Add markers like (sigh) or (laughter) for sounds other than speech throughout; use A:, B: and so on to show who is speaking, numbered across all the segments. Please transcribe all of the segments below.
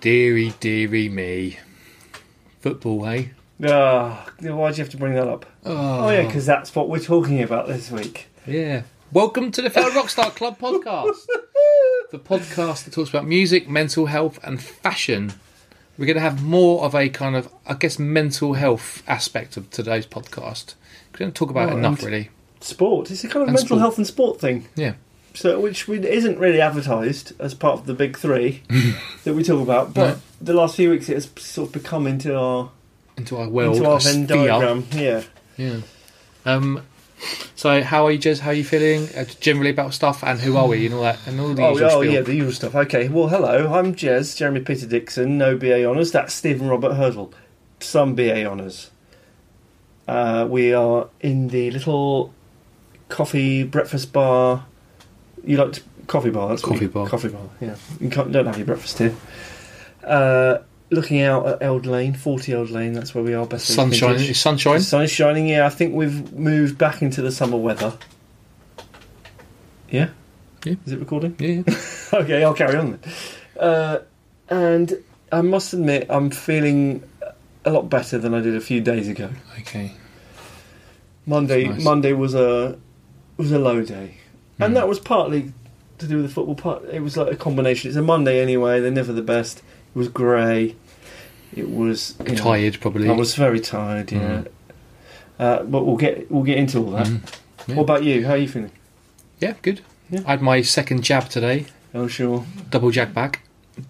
A: Deary, deary Oh, me. Football, hey?
B: Ah, why'd you have to bring that up? Oh, yeah,
A: Ah.
B: because that's what we're talking about this week.
A: Yeah. Welcome to the Failed Rockstar Club
B: (laughs)
A: podcast. the podcast that talks about music, mental health, and fashion. We're going to have more of a kind of, I guess, mental health aspect of today's podcast. We don't talk about it
B: Oh,
A: enough,
B: and-
A: really.
B: Sport. It's a kind
A: And
B: of mental
A: sport.
B: health and sport thing.
A: Yeah.
B: So, which we, isn't really advertised as part of the big
A: (laughs)
B: three that we talk about, but
A: No.
B: the last few weeks it has sort of become into our
A: Into our world.
B: into our
A: a
B: Venn
A: sphere.
B: diagram. Yeah.
A: Yeah. Um. So, how are you, Jez? How are you feeling? Uh, generally about stuff and who are we and all that and all the
B: Oh,
A: usual
B: oh
A: spiel.
B: yeah, the usual stuff. Okay, well, hello, I'm Jez, Jeremy Peter Dixon, no BA honours. That's Stephen Robert Hurdle, some BA honours. Uh, we are in the little coffee breakfast bar. You like to, coffee bar? That's what
A: Coffee
B: you-
A: bar.
B: Coffee bar. Yeah, you can't, don't have your breakfast here. Uh, looking out at Eld Lane, forty Eld Lane. That's where we are. Best Days
A: sunshine.
B: Vintage.
A: Is sunshine?
B: The sun is shining. Yeah, I think we've moved back into the summer weather. Yeah.
A: Yeah.
B: Is it recording?
A: Yeah.
B: okay, I'll carry on then. Uh, and I must admit, I'm feeling a lot better than I did a few days ago.
A: Okay.
B: Monday,
A: That's nice.
B: Monday was a was a low day,
A: Hmm.
B: and that was partly to do with the football part. It was like a combination. It's a Monday anyway. They're never the best. It was grey. It was you know,
A: Tired, probably.
B: I was very tired. Yeah.
A: Hmm.
B: Uh, but we'll get we'll get into all that.
A: Mm. Yeah.
B: What about you? How are you feeling?
A: Yeah, good.
B: Yeah.
A: I had my second jab today.
B: Oh, sure.
A: Double jag back.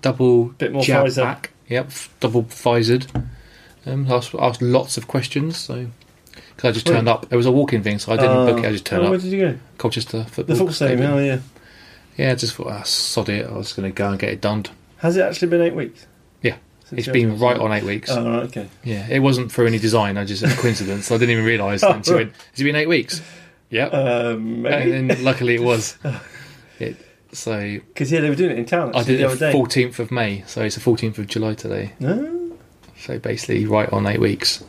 A: Double
B: Bit more
A: jab
B: Pfizer.
A: back. Yep, f- double Pfizered. Um, asked, asked lots of questions, so. Because I just
B: Sweet.
A: turned up. It was a walk in thing, so I didn't
B: Uh,
A: book it, I just turned
B: oh, Where
A: up.
B: did you go?
A: Colchester football.
B: The full same.
A: stadium.
B: Oh, yeah.
A: Yeah, I just thought, ah, sod it, I was going to go and get it done.
B: Has it actually been eight weeks?
A: Yeah.
B: Since
A: It's
B: you-
A: been right on eight weeks.
B: Oh, right, okay.
A: Yeah, it wasn't for any design, I just, a coincidence. I didn't even
B: (laughs)
A: realise
B: Oh,
A: until
B: right.
A: it, has it been eight
B: (laughs)
A: weeks? Yeah.
B: Um,
A: and then luckily it
B: (laughs)
A: was. It, so
B: because yeah, they were doing it in town.
A: I did
B: actually, the
A: it
B: other day.
A: fourteenth of May, so it's the fourteenth of July today.
B: No?
A: So basically, right on eight weeks.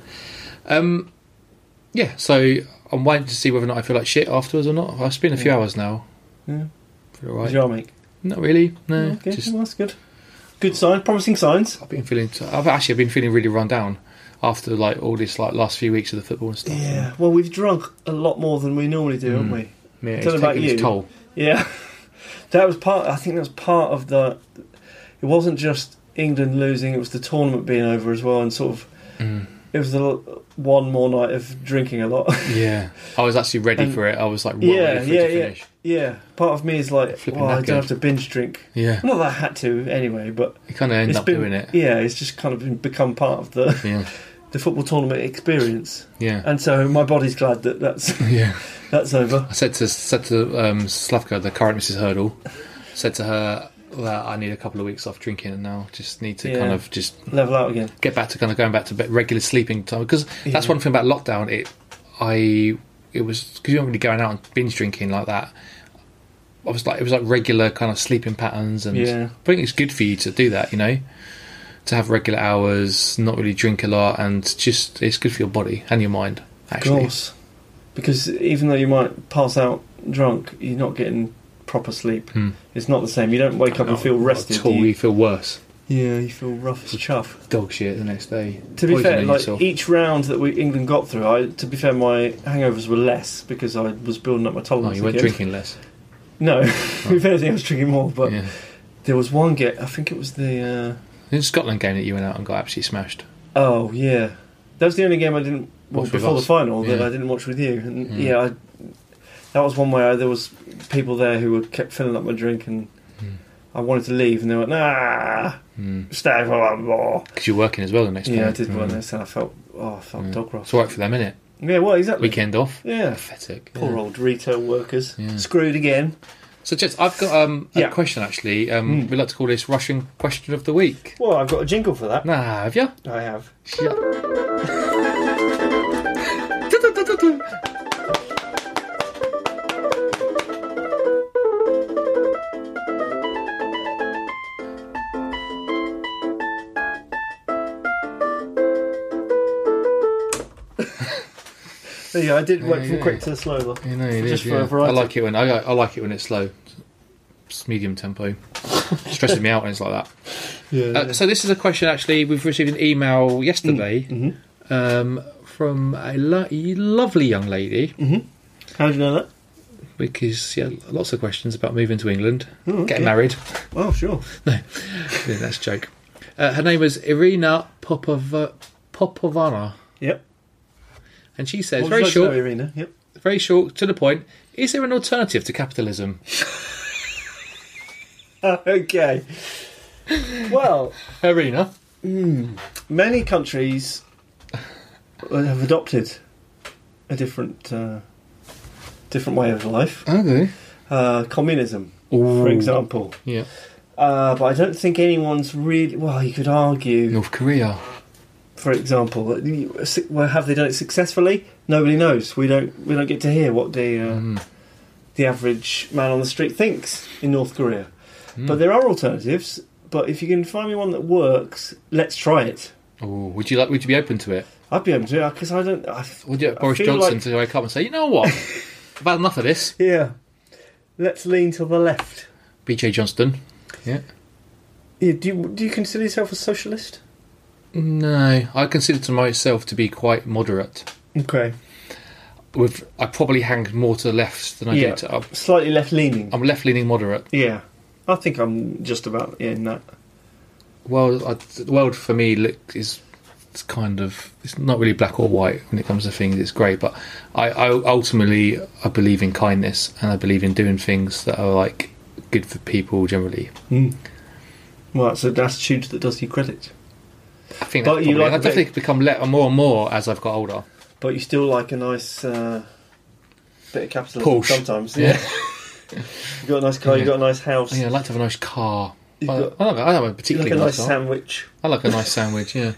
A: Um, yeah. So I'm waiting to see whether or not I feel like shit afterwards or not. I've been a few
B: Yeah.
A: hours now.
B: Yeah.
A: Feel
B: Did
A: alright.
B: you all make?
A: Not really. No.
B: okay,
A: Just
B: well, that's good. Good sign. Promising signs.
A: I've been feeling. i I've actually been feeling really run down after like all this like last few weeks of the football and stuff.
B: Yeah. Well, we've drunk a lot more than we normally do, haven't
A: Mm.
B: we?
A: Yeah. It's
B: Tell
A: taking
B: about you.
A: its toll.
B: Yeah. (laughs) that was part. I think that was part of the. It wasn't just England losing. It was the tournament being over as well, and sort of.
A: Mm.
B: It was the l- one more night of drinking a lot. (laughs)
A: Yeah. I was actually ready
B: And-
A: for it. I was like, well,
B: yeah,
A: ready for
B: yeah,
A: it to
B: yeah,
A: finish.
B: yeah. Part of me is like,
A: Flipping
B: well, I
A: knackered.
B: don't have to binge drink.
A: Yeah.
B: Not that I had to anyway, but
A: You kind of end
B: It's
A: up
B: been-
A: doing it.
B: yeah, it's just kind of been, become part of the,
A: Yeah.
B: the football tournament experience.
A: Yeah.
B: And so my body's glad that that's (laughs)
A: yeah.
B: that's over.
A: I said to said to um, Slavka, the current Mrs. Hurdle, said to her that I need a couple of weeks off drinking and now. Just need to
B: Yeah.
A: kind of just
B: Level out again.
A: get back to kind of going back to bit regular sleeping time because that's
B: Yeah.
A: one thing about lockdown. It I it was because you're not really going out and binge drinking like that. I was like it was like regular kind of sleeping patterns and
B: Yeah.
A: I think it's good for you to do that. You know. To have regular hours, not really drink a lot, and just it's good for your body and your mind.
B: Of
A: Actually,
B: course. Because even though you might pass out drunk, you're not getting proper sleep.
A: Hmm.
B: It's not the same. You don't wake up and
A: Not-
B: feel
A: not
B: rested.
A: at all.
B: you-
A: You feel worse.
B: yeah, you feel rough as chuff.
A: dog shit the next day.
B: To be fair,
A: Poisoning
B: like
A: yourself.
B: each round that we England got through, I, to be fair, my hangovers were less because I was building up my
A: oh,
B: tolerance.
A: you weren't
B: again.
A: drinking less.
B: (laughs) No, (laughs) if anything, I was drinking more. But
A: yeah.
B: there was one get. I think it was the. Uh,
A: In Scotland game that you went out and got absolutely smashed.
B: Oh yeah, that was the only game I didn't well,
A: Watch with
B: before the
A: us.
B: final that
A: Yeah.
B: I didn't watch with you. And
A: Mm.
B: yeah, I, that was one way. I, there was people there who were kept filling up my drink, and
A: Mm.
B: I wanted to leave, and they were like, "Nah,
A: Because
B: stay for one more."
A: you're working as well the next day.
B: Yeah, I did
A: Mm.
B: one this, and I felt oh, I felt
A: Mm.
B: dog rough.
A: It's alright for them, innit?
B: Yeah, well, exactly.
A: Weekend off.
B: Yeah,
A: Pathetic.
B: poor
A: Yeah.
B: old retail workers
A: Yeah.
B: screwed again.
A: So, Jess, I've got um, a
B: Yeah.
A: question actually. Um,
B: Mm.
A: We like to call this Russian question of the week.
B: Well, I've got a jingle for that.
A: Nah, have you?
B: I have. There you go. I did
A: Yeah,
B: went from
A: yeah.
B: quick to slow. though.
A: (laughs) You know, it
B: Just
A: is,
B: for
A: yeah.
B: a variety.
A: I like it when I, I like it when it's slow. s- medium
B: (laughs)
A: tempo. Stressing me out when it's like that.
B: Yeah.
A: Uh, so this is a question actually we've received an email yesterday
B: Mhm.
A: um, from a lo- lovely young lady
B: Mm. How do you know that?
A: because yeah, lots of questions about moving to England,
B: Oh, okay.
A: getting
B: (laughs)
A: married.
B: Oh, sure.
A: Yeah, that's a joke. Uh, her name was Irina Popova- Popovana,
B: Yep.
A: and she says
B: Well,
A: very
B: like to
A: short,
B: know, Irina. Yep.
A: very short to the point. Is there an alternative to capitalism?
B: (laughs) okay. Well,
A: Irina,
B: many countries have adopted a different uh, different way of life.
A: okay,
B: Uh, communism, for example.
A: yeah,
B: Uh, but I don't think anyone's really. Well, you could argue,
A: North Korea.
B: for example, that you- well, have they done it successfully? Nobody knows. We don't. We don't get to hear what the uh,
A: Mm.
B: the average man on the street thinks in North Korea. But
A: Mm.
B: there are alternatives. But if you can find me one that works, let's try it.
A: Ooh, would you like? Would you be open to it?
B: I'd be able to because I don't. I,
A: Would you like Boris
B: feel
A: Johnson
B: like-
A: to wake up and say, you know
B: (laughs)
A: what? I've had enough of this.
B: yeah, let's lean to the left.
A: BJ Johnston. Yeah.
B: Yeah, do you, do you consider yourself a socialist?
A: No, I consider to myself to be quite moderate.
B: Okay,
A: With I probably hang more to the left than I
B: Yeah.
A: do to up.
B: slightly left leaning.
A: I'm left leaning moderate.
B: yeah, I think I'm just about in that.
A: Well, I, the world for me look is it's kind of it's not really black or white when it comes to things. It's grey, but I, I ultimately I believe in kindness and I believe in doing things that are like good for people generally.
B: Mm. Well, that's an attitude that does you credit,
A: I think
B: But
A: that's
B: you
A: probably,
B: like
A: I've
B: the bit-
A: definitely become le- more and more as I've got older.
B: but you still like a nice uh, bit of capitalism
A: Porsche.
B: sometimes. Yeah, you've got a nice car, you've got a nice house,
A: Yeah, I like to have a nice car. I,
B: You've got-
A: I don't know, I don't have a
B: you like
A: particularly
B: a nice
A: nice car.
B: sandwich,
A: I like a nice sandwich, yeah.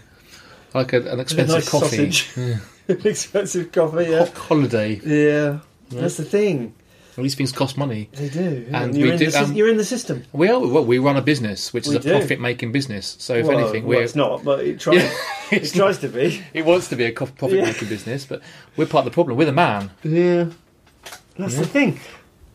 A: I like a, an
B: and a
A: expensive
B: nice
A: coffee.
B: sausage, an (laughs) expensive coffee. Yeah,
A: Ho- holiday.
B: yeah. That's the thing.
A: All these things cost money.
B: They do.
A: And
B: you're,
A: we
B: in
A: do,
B: the, sys-
A: um,
B: you're in the system.
A: We are, well, we run a business, which
B: We
A: is a
B: do.
A: profit-making business. So if
B: well,
A: anything,
B: well,
A: we're,
B: it's not, but
A: (laughs)
B: it tries, it tries to be.
A: it wants to be a co- profit-making business, but we're part of the problem. We're the man.
B: Yeah. That's the thing.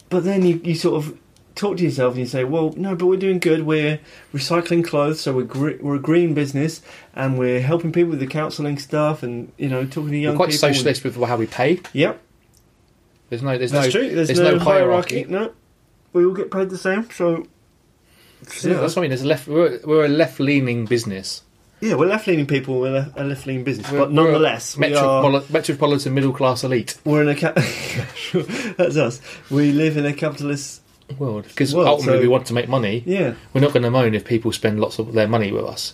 B: But then you, you sort of talk to yourself and you say, well, no, but we're doing good. We're recycling clothes, so we're, gre- we're a green business and we're helping people with the counselling stuff and, you know, talking to young
A: We're quite
B: people.
A: socialist with how we pay.
B: Yep,
A: There's no, there's
B: that's
A: no,
B: true. There's, no, hierarchy. No. We all get paid the same, so.
A: So That's what I mean. There's a left. We're, we're a left-leaning business.
B: Yeah, we're left leaning people, we're le- a left leaning business,
A: We're-
B: but
A: we're a
B: nonetheless, we are.
A: metropoli- metropolitan middle-class elite
B: We're in a cap. (laughs) Sure, that's us. We live in a capitalist.
A: world because
B: Well,
A: ultimately
B: so-
A: we want to make money.
B: Yeah,
A: we're not going to moan if people spend lots of their money with us.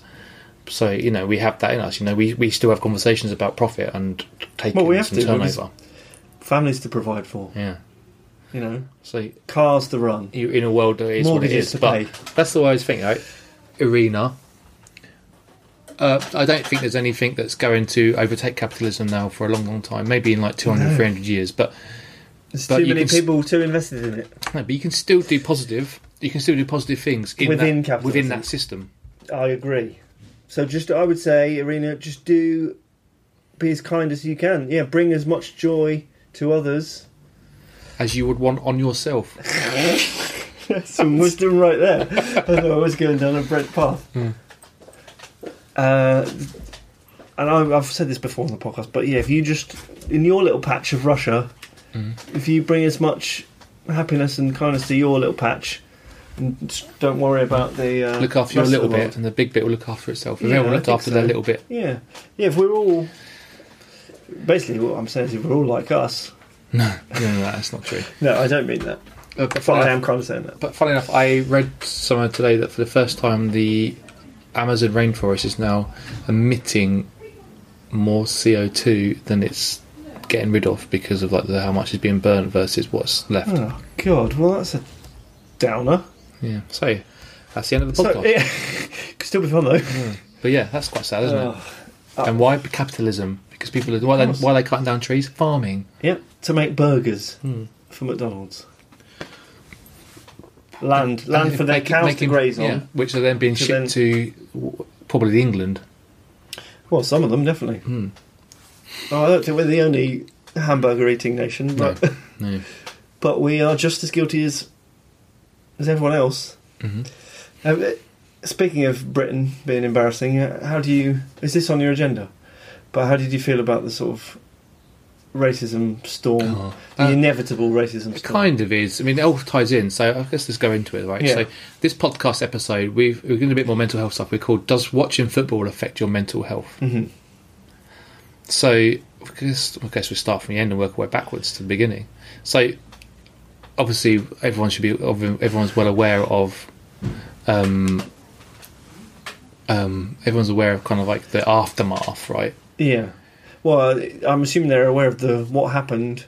A: So you know we have that in us. You know we, we still have conversations about profit and taking
B: Well, we have
A: some
B: to,
A: turnover.
B: because- families to provide for.
A: Yeah.
B: You know,
A: So
B: cars to run,
A: you in a world that is what it
B: mortgages
A: is,
B: to
A: but
B: pay.
A: that's the way I was thinking. Right? Irina. Uh, I don't think there's anything that's going to overtake capitalism now for a long, long time. Maybe in like 200,
B: No.
A: 300 years, but
B: There's
A: but
B: too
A: you
B: many
A: can s-
B: people too invested in it.
A: no, but you can still do positive. You can still do positive things in
B: Within
A: that, within
B: capitalism.
A: that system.
B: I agree. So just, I would say, Irina, just do be as kind as you can. Yeah, bring as much joy to others.
A: as you would want on yourself.
B: (laughs) Some wisdom right there. As I was going down a bread path.
A: Hmm.
B: Uh, and I, I've said this before on the podcast, but yeah, if you just in your little patch of Russia,
A: Hmm.
B: if you bring as much happiness and kindness to your little patch, and just don't worry about the uh,
A: Look after your
B: rest of
A: little
B: the world.
A: bit, and the big bit will look after itself. If
B: Yeah,
A: everyone
B: I
A: looked
B: think
A: after their
B: so.
A: little bit,
B: Yeah, yeah. If we're all basically what I'm saying is, if we're all like us,
A: no, no, no, that's not true.
B: no, I don't mean that.
A: Uh, but,
B: But I
A: funny
B: am
A: enough,
B: kind of saying that.
A: but funny enough, I read somewhere today that for the first time, the Amazon rainforest is now emitting more CO two than it's getting rid of because of like the, how much is being burnt versus what's left.
B: Oh God, well that's a downer.
A: Yeah, so that's the end of the podcast.
B: So, yeah, (laughs) could still be fun though.
A: but yeah, that's quite sad, isn't
B: Uh,
A: it? And why capitalism? Because people are why they
B: course.
A: why they cutting down trees? Farming.
B: Yep, to make burgers
A: Hmm.
B: for McDonald's. Land, land for their
A: Making-
B: cows
A: making-
B: to graze on.
A: yeah, which are then being
B: To
A: shipped
B: then-
A: to w- probably England.
B: Well, some of them definitely.
A: Hmm.
B: Oh, I don't think we're the only hamburger eating nation, (laughs)
A: No,
B: but
A: no.
B: but we are just as guilty as as everyone else.
A: Mhm.
B: Um, uh, speaking of Britain being embarrassing, uh, how do you? Is this on your agenda? But how did you feel about the sort of racism storm,
A: Oh.
B: the
A: Uh,
B: inevitable racism storm?
A: It kind of is. I mean, it all ties in. So I guess let's go into it, right?
B: Yeah.
A: So this podcast episode, we've, we're doing a bit more mental health stuff. We're called "Does Watching Football Affect Your Mental Health?"
B: Mhm.
A: So I guess, I guess we start from the end and work our way backwards to the beginning. So obviously, everyone should be everyone's well aware of. Um, um, everyone's aware of kind of like the aftermath, right?
B: Yeah. Well, I'm assuming they're aware of the what happened,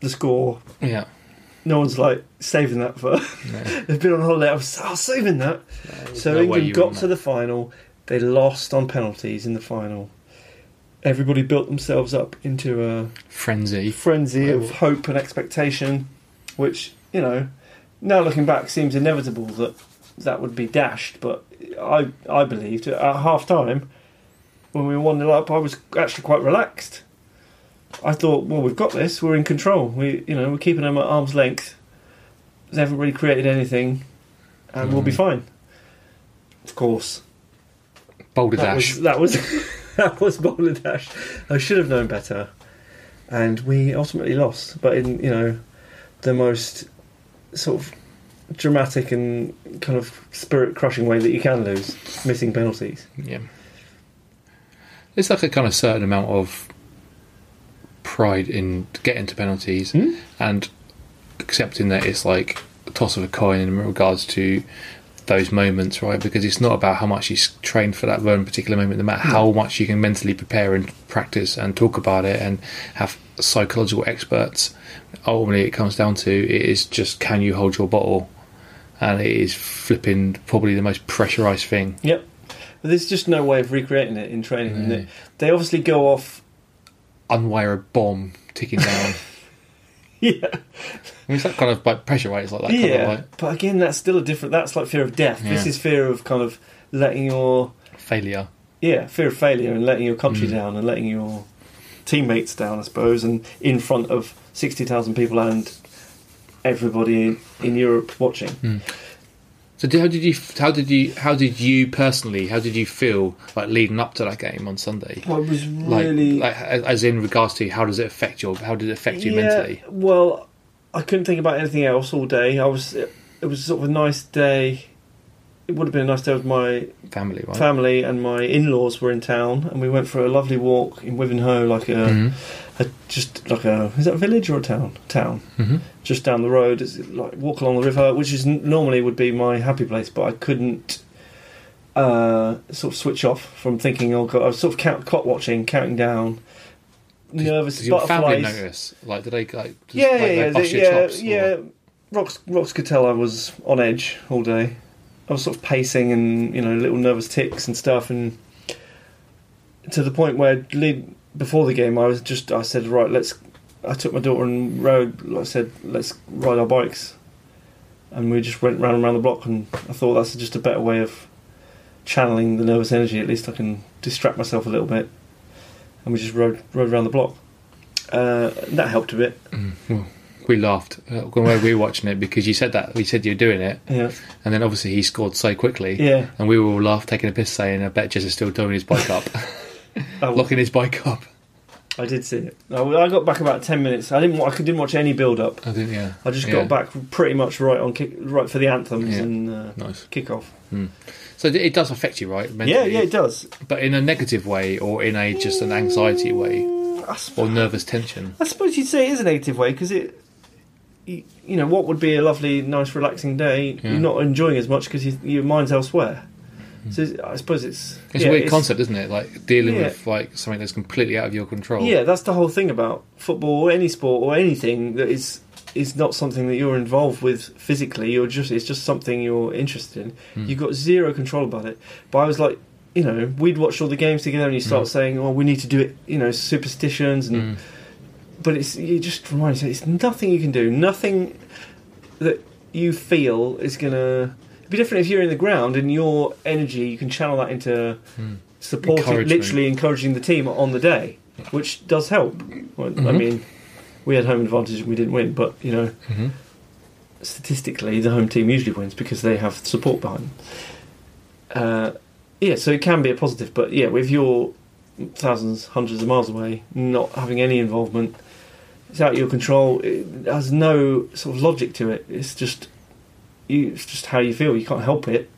B: the score.
A: Yeah.
B: No one's like saving that for. (laughs)
A: No.
B: They've been on holiday. I was, I was saving that. so
A: no way
B: England
A: you
B: got
A: win
B: to
A: that.
B: the final. They lost on penalties in the final. Everybody built themselves up into a
A: Frenzy.
B: frenzy of hope and expectation, which you know, now looking back, seems inevitable that that would be dashed. But I, I believed at half time when we were one 0 up, I was actually quite relaxed. I thought, well, we've got this. We're in control. We, you know, we're keeping them at arm's length. They haven't really created anything, and we'll be
A: Mhm.
B: fine. Of course,
A: Boulder
B: that
A: Dash.
B: was that was (laughs) that was Boulder Dash. I should have known better, and we ultimately lost. But in you know, the most sort of dramatic and kind of spirit crushing way that you can lose, missing penalties.
A: Yeah. There's like a kind of certain amount of pride in getting to penalties
B: Hmm?
A: and accepting that it's like a toss of a coin in regards to those moments, right? Because it's not about how much you s- train for that one particular moment, no matter how much you can mentally prepare and practice and talk about it and have psychological experts. Ultimately, it comes down to it is just can you hold your bottle? And it is flipping probably the most pressurized thing.
B: Yep. But there's just no way of recreating it in
A: No.
B: training. They- They obviously go off.
A: unwire a bomb ticking down.
B: (laughs) Yeah.
A: I mean, it's that kind of like pressure, right? It's like that kind
B: yeah.
A: of
B: But again, that's still a different. That's like fear of death. This
A: Yeah.
B: is fear of kind of letting your
A: like failure.
B: yeah fear of failure and letting your country
A: Mm.
B: down and letting your teammates down, I suppose, and in front of sixty thousand people and everybody in, in Europe watching.
A: Hmm. So, do- how did you? How did you? How did you personally? How did you feel like leading up to that game on Sunday?
B: Well, it was
A: Like,
B: really
A: like as in regards to how does it affect your? How did it affect you mentally?
B: Well, I couldn't think about anything else all day. I was it, it was sort of a nice day. It would have been a nice day with my
A: Family, right?
B: family and my in-laws were in town, and we went for a lovely walk in Wivenhoe, like a,
A: Mhm.
B: a just like a is that a village or a town? Town,
A: Mhm.
B: just down the road. It's like walk along the river, which is n- normally would be my happy place, but I couldn't uh, sort of switch off from thinking. Oh God, I was sort of count, clock watching, counting down,
A: Did-
B: nervous
A: Did your family
B: butterflies.
A: notice? Like, did they like? Just,
B: yeah,
A: like, they
B: yeah, yeah,
A: bust
B: they-
A: your
B: yeah,
A: chops or-
B: yeah. Rocks, Rocks could tell I was on edge all day. I was sort of pacing and you know little nervous ticks and stuff, and to the point where lead, before the game I was just I said right let's I took my daughter and rode like I said let's ride our bikes, and we just went round and round the block, and I thought that's just a better way of channeling the nervous energy. At least I can distract myself a little bit, and we just rode rode around the block. Uh, that helped a bit.
A: Mm, well, we laughed uh, when we were watching it because you said that you said you were doing it,
B: Yeah,
A: and then obviously he scored so quickly.
B: yeah.
A: And we were all laugh, taking a piss, saying, "I bet Jez is still towing his bike (laughs) up,
B: I,
A: locking his bike up."
B: Oh, I did see it. I, I got back about ten minutes. I didn't. wa- I could- didn't watch any build up.
A: I didn't. Yeah,
B: I just
A: Yeah.
B: got back pretty much right on kick, right for the anthems
A: Yeah.
B: and uh,
A: nice.
B: kick off.
A: So it- it does affect you, right?
B: Yeah,
A: mentally?
B: yeah, it does.
A: But in a negative way, or in a just an anxiety way,
B: Mm, I, sp-
A: or nervous tension.
B: I suppose you'd say it is a negative way because it. You, you know what would be a lovely, nice, relaxing day.
A: Yeah. Mm.
B: You're not enjoying as much because your mind's elsewhere. So it's- I suppose it's
A: It's
B: yeah,
A: a weird concept, isn't it? Like dealing
B: Yeah.
A: with like something that's completely out of your control.
B: Yeah, that's the whole thing about football or any sport or anything that is is not something that you're involved with physically. You're just it's just something you're interested in.
A: Mm.
B: You've got zero control about it. But I was like, you know, we'd watched all the games together, and you start
A: Hmm.
B: saying, "Oh, we need to do it," you know, superstitions, and
A: Mm.
B: but it's you just remind yourself it's nothing you can do, nothing that you feel is gonna. It'd be different if you're in the ground and your energy you can channel that into
A: Mm.
B: supporting,
A: Encouragement.
B: literally encouraging the team on the day, which does help. Well, I
A: Mhm.
B: mean, we had home advantage and we didn't win, but you know,
A: Mhm.
B: statistically, the home team usually wins because they have support behind them. Uh, yeah, so it can be a positive, but yeah, with your thousands, hundreds of miles away, not having any involvement, it's out of your control. It has no sort of logic to it. It's just you. It's just how you feel. You can't help it,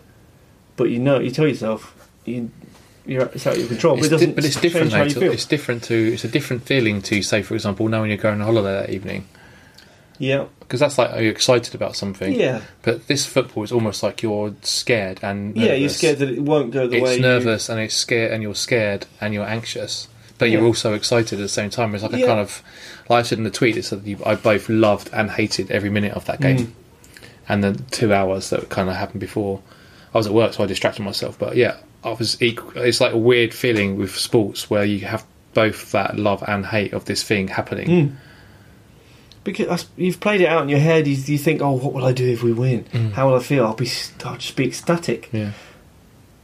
B: but you know. You tell yourself you. You're, it's out of your control, but
A: It's di-
B: it doesn't.
A: but it's
B: change
A: different.
B: How
A: Though,
B: you
A: to,
B: feel.
A: it's different to. It's a different feeling to say, for example, knowing you're going on holiday that evening,
B: Yeah,
A: because that's like oh, you're excited about something.
B: yeah,
A: But this football is almost like you're scared and
B: yeah. You're
A: nervous.
B: scared that it won't go the way.
A: it's
B: you-
A: nervous and it's scared and you're scared and you're anxious but you're
B: Yeah.
A: also excited at the same time it's like
B: Yeah.
A: a kind of like i said in the tweet it's that you, i both loved and hated every minute of that game
B: Mm.
A: and the two hours that kind of happened before i was at work so i distracted myself but yeah i was equal, it's like a weird feeling with sports where you have both that love and hate of this thing happening
B: Mm. Because that's- you've played it out in your head, you, you think, "Oh, what will I do if we win?
A: Mm.
B: How will I feel? I'll be, st- I'll just be ecstatic."
A: yeah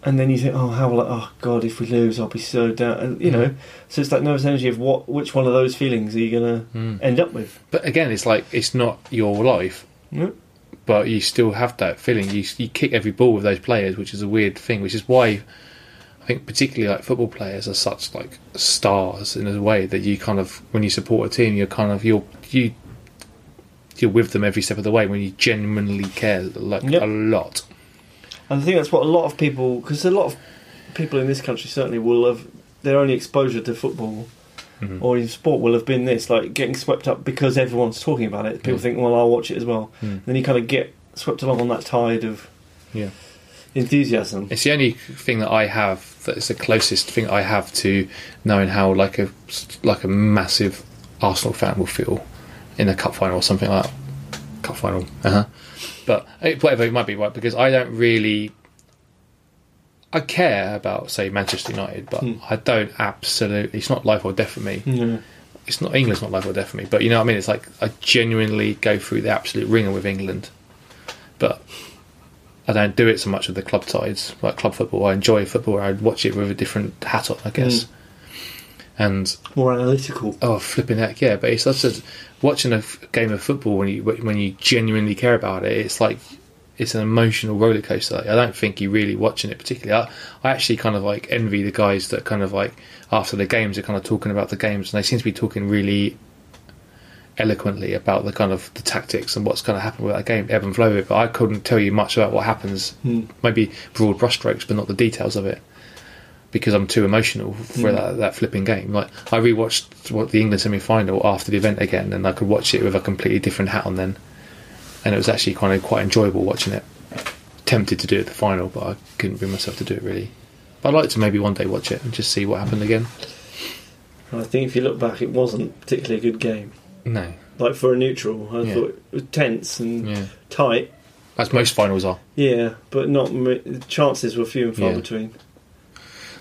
B: And then you think, "Oh, how will I? Oh God, if we lose, I'll be so down." And,
A: Hmm.
B: you know, so it's that nervous energy of what, which one of those feelings are you going to
A: Mm.
B: end up with?
A: but again it's like it's not your life
B: No?
A: but you still have that feeling. You you kick every ball with those players, which is a weird thing. Which is why I think particularly like football players are such like stars in a way that you kind of when you support a team, you're kind of you're you you're with them every step of the way when you genuinely care like
B: Yep.
A: a lot.
B: And I think that's what a lot of people, because a lot of people in this country certainly will have their only exposure to football
A: Mhm.
B: or in sport will have been this, like getting swept up because everyone's talking about it. People
A: Mm.
B: think, "Well, I'll watch it as well."
A: Mm.
B: Then you kind of get swept along on that tide of
A: Yeah.
B: enthusiasm.
A: It's the only thing that I have that is the closest thing I have to knowing how like a like a massive Arsenal fan will feel in a cup final or something like that. Cup final, uh huh. But eh, whatever it might be, right? Because I don't really. I care about say Manchester United, but
B: Hmm.
A: I don't absolutely. It's not life or death for me.
B: Yeah.
A: It's not England's not life or death for me, but you know what I mean. It's like I genuinely go through the absolute ringer with England, but I don't do it so much with the club sides, like club football. I enjoy football. I watch it with a different hat on, I guess. And
B: More analytical.
A: oh, flipping heck, yeah! But it's such a watching a f- game of football when you when you genuinely care about it. It's like it's an emotional roller coaster. Like, I don't think you're really watching it particularly. I, I actually kind of like envy the guys that kind of like after the games are kind of talking about the games, and they seem to be talking really eloquently about the kind of the tactics and what's going to happen with that game, ebb and flow of it. But I couldn't tell you much about what happens. Maybe broad brushstrokes, but not the details of it. Because I'm too emotional for
B: Mm.
A: that, that flipping game. Like I rewatched what the England semi-final after the event again, and I could watch it with a completely different hat on then, and it was actually kind of quite enjoyable watching it. Tempted to do it at the final, but I couldn't bring myself to do it really. But I'd like to maybe one day watch it and just see what happened again.
B: And I think if you look back, it wasn't particularly a good game.
A: No,
B: Like for a neutral, I
A: Yeah.
B: thought it was tense and
A: yeah,
B: tight.
A: as most finals are.
B: Yeah, but not m- the chances were few and far
A: Yeah.
B: between.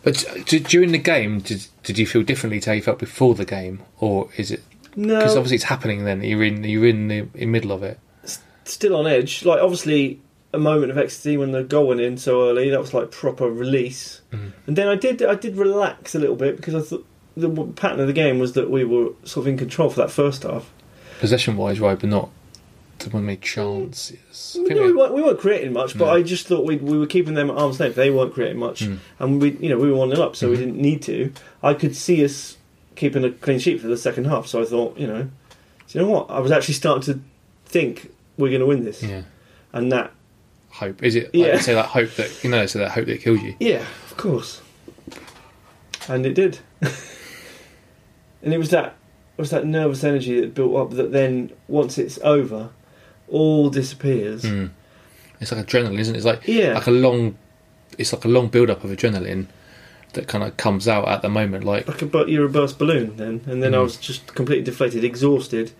A: But uh, d- during the game, did, did you feel differently to how you felt before the game, or is it because
B: No,
A: obviously it's happening then? You're in you're in the in middle of it.
B: still on edge. Like obviously, a moment of ecstasy when the goal went in so early. That was like proper release.
A: Mhm.
B: And then I did I did relax a little bit because I thought the w- pattern of the game was that we were sort of in control for that first half.
A: possession wise, right, but not to win me chances. I
B: We,
A: think
B: no,
A: we-
B: we, weren't, we weren't creating much, but
A: No.
B: I just thought we we were keeping them at arm's length. They weren't creating much,
A: Mm.
B: and we you know we were one 0 up, so we
A: Mhm.
B: didn't need to. I could see us keeping a clean sheet for the second half, so I thought you know, do you know what? I was actually starting to think we're going to win this,
A: yeah.
B: and that
A: Hope is it?
B: Yeah.
A: Like, say that hope that you know, so that hope that kills you.
B: Yeah, of course. And it did. (laughs) and it was that it was that nervous energy that built up that then once it's over, all disappears.
A: Mm. It's like adrenaline, isn't it? It's like
B: Yeah.
A: like a long, it's like a long build up of adrenaline that kind of comes out at the moment. Like
B: Like a bu- you're a burst balloon then, and then I
A: Mm.
B: was just completely deflated, exhausted,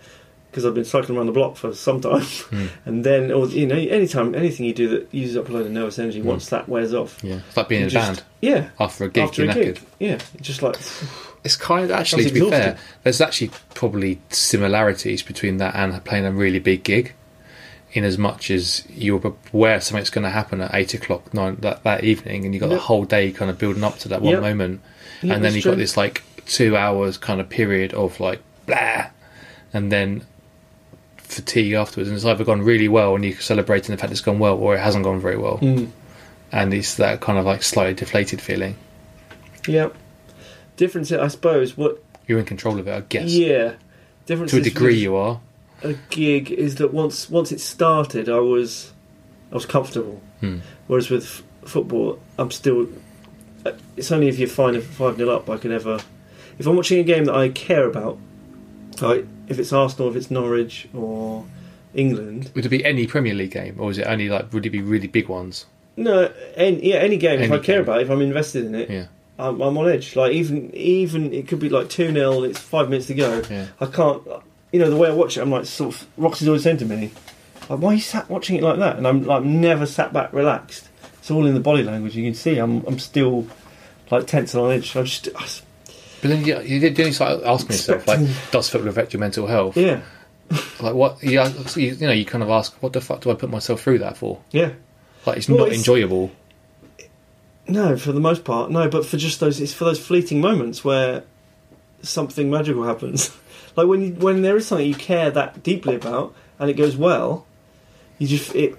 B: because I've been cycling around the block for some time.
A: Mm.
B: (laughs) and then, or you know, anytime anything you do that uses up a load of nervous energy,
A: Mm.
B: once that wears off,
A: yeah, it's like being
B: you
A: in a
B: just-
A: band
B: yeah,
A: after a gig.
B: after
A: you're
B: a gig,
A: knackered.
B: yeah, just like (laughs)
A: It's kind of actually to
B: Sounds
A: be fair.
B: exhausting.
A: There's actually probably similarities between that and playing a really big gig. In as much as you're aware something's going to happen at eight o'clock nine, that, that evening, and you've got
B: Yep.
A: the whole day kind of building up to that one
B: Yep.
A: moment,
B: Yeah,
A: and then
B: that's
A: you've got
B: true.
A: this like two hours kind of period of like blah, and then fatigue afterwards, and it's either gone really well and you're celebrating the fact it's gone well, or it hasn't gone very well,
B: Mm.
A: and it's that kind of like slightly deflated feeling.
B: Yeah. Difference, I suppose. What?
A: You're in control of it, I guess.
B: Yeah. Difference
A: to a
B: is
A: degree,
B: with
A: you are.
B: a gig is that once once it started, I was I was comfortable.
A: Hmm.
B: Whereas with f- football, I'm still. uh, It's only if you're five five nil up I can ever. If I'm watching a game that I care about, like if it's Arsenal, if it's Norwich or England,
A: Would it be any Premier League game, or is it only like would it be really big ones?
B: no, any, yeah, any game if
A: Any
B: I care
A: game.
B: about, it, if I'm invested in it,
A: Yeah,
B: I'm, I'm on edge. Like even even it could be like two 0 It's five minutes to go.
A: yeah.
B: I can't. You know the way I watch it, I'm like sort of. Roxy's always saying to me, like, "Why are you sat watching it like that?" And I'm like, never sat back relaxed. It's all in the body language. You can see I'm I'm still like tense and on edge. I'm just I,
A: But then you, you then you start asking yourself,
B: (laughs)
A: like,
B: Expecting-
A: does football affect your mental health?
B: yeah
A: Like, what? You, ask- you you know, you kind of ask, what the fuck do I put myself through that for?
B: yeah.
A: Like, it's
B: Well,
A: not
B: it's-
A: enjoyable.
B: No, for the most part, no. But for just those, it's for those fleeting moments where something magical happens. (laughs) like when you, when there is something you care that deeply about and it goes well, you just it.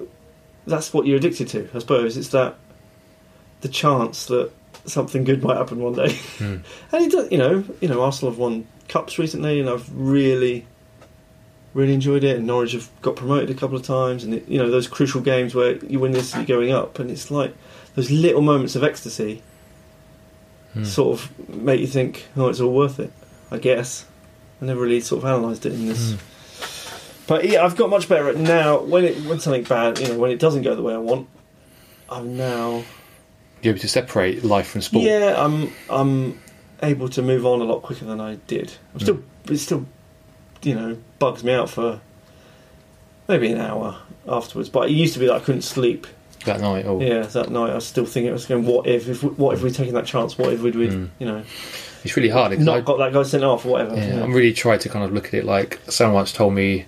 B: That's what you're addicted to, I suppose. It's that the chance that something good might happen one day, (laughs)
A: Hmm.
B: and it does. You know, you know, Arsenal have won cups recently, and I've really, really enjoyed it. And Norwich have got promoted a couple of times, and it, you know those crucial games where you win this, you're going up, and it's like those little moments of ecstasy
A: Hmm.
B: sort of make you think, oh, it's all worth it, I guess. I never really sort of analysed it in this.
A: Hmm.
B: But yeah, I've got much better at now. When it when something bad, you know, when it doesn't go the way I want, I'm now
A: You're able to separate life from sport.
B: yeah, I'm I'm able to move on a lot quicker than I did. I'm still
A: Hmm.
B: it still you know bugs me out for maybe an hour afterwards. But it used to be that I couldn't sleep.
A: That night, or
B: Yeah, that night I was still thinking I was going, what if, if we- what if we'd taken that chance? What if we'd, we'd
A: Mm.
B: you know
A: it's really hard. 'cause
B: not
A: I-
B: got that guy sent off or whatever?
A: Yeah,
B: you know.
A: I'm really trying to kind of look at it like someone once told me.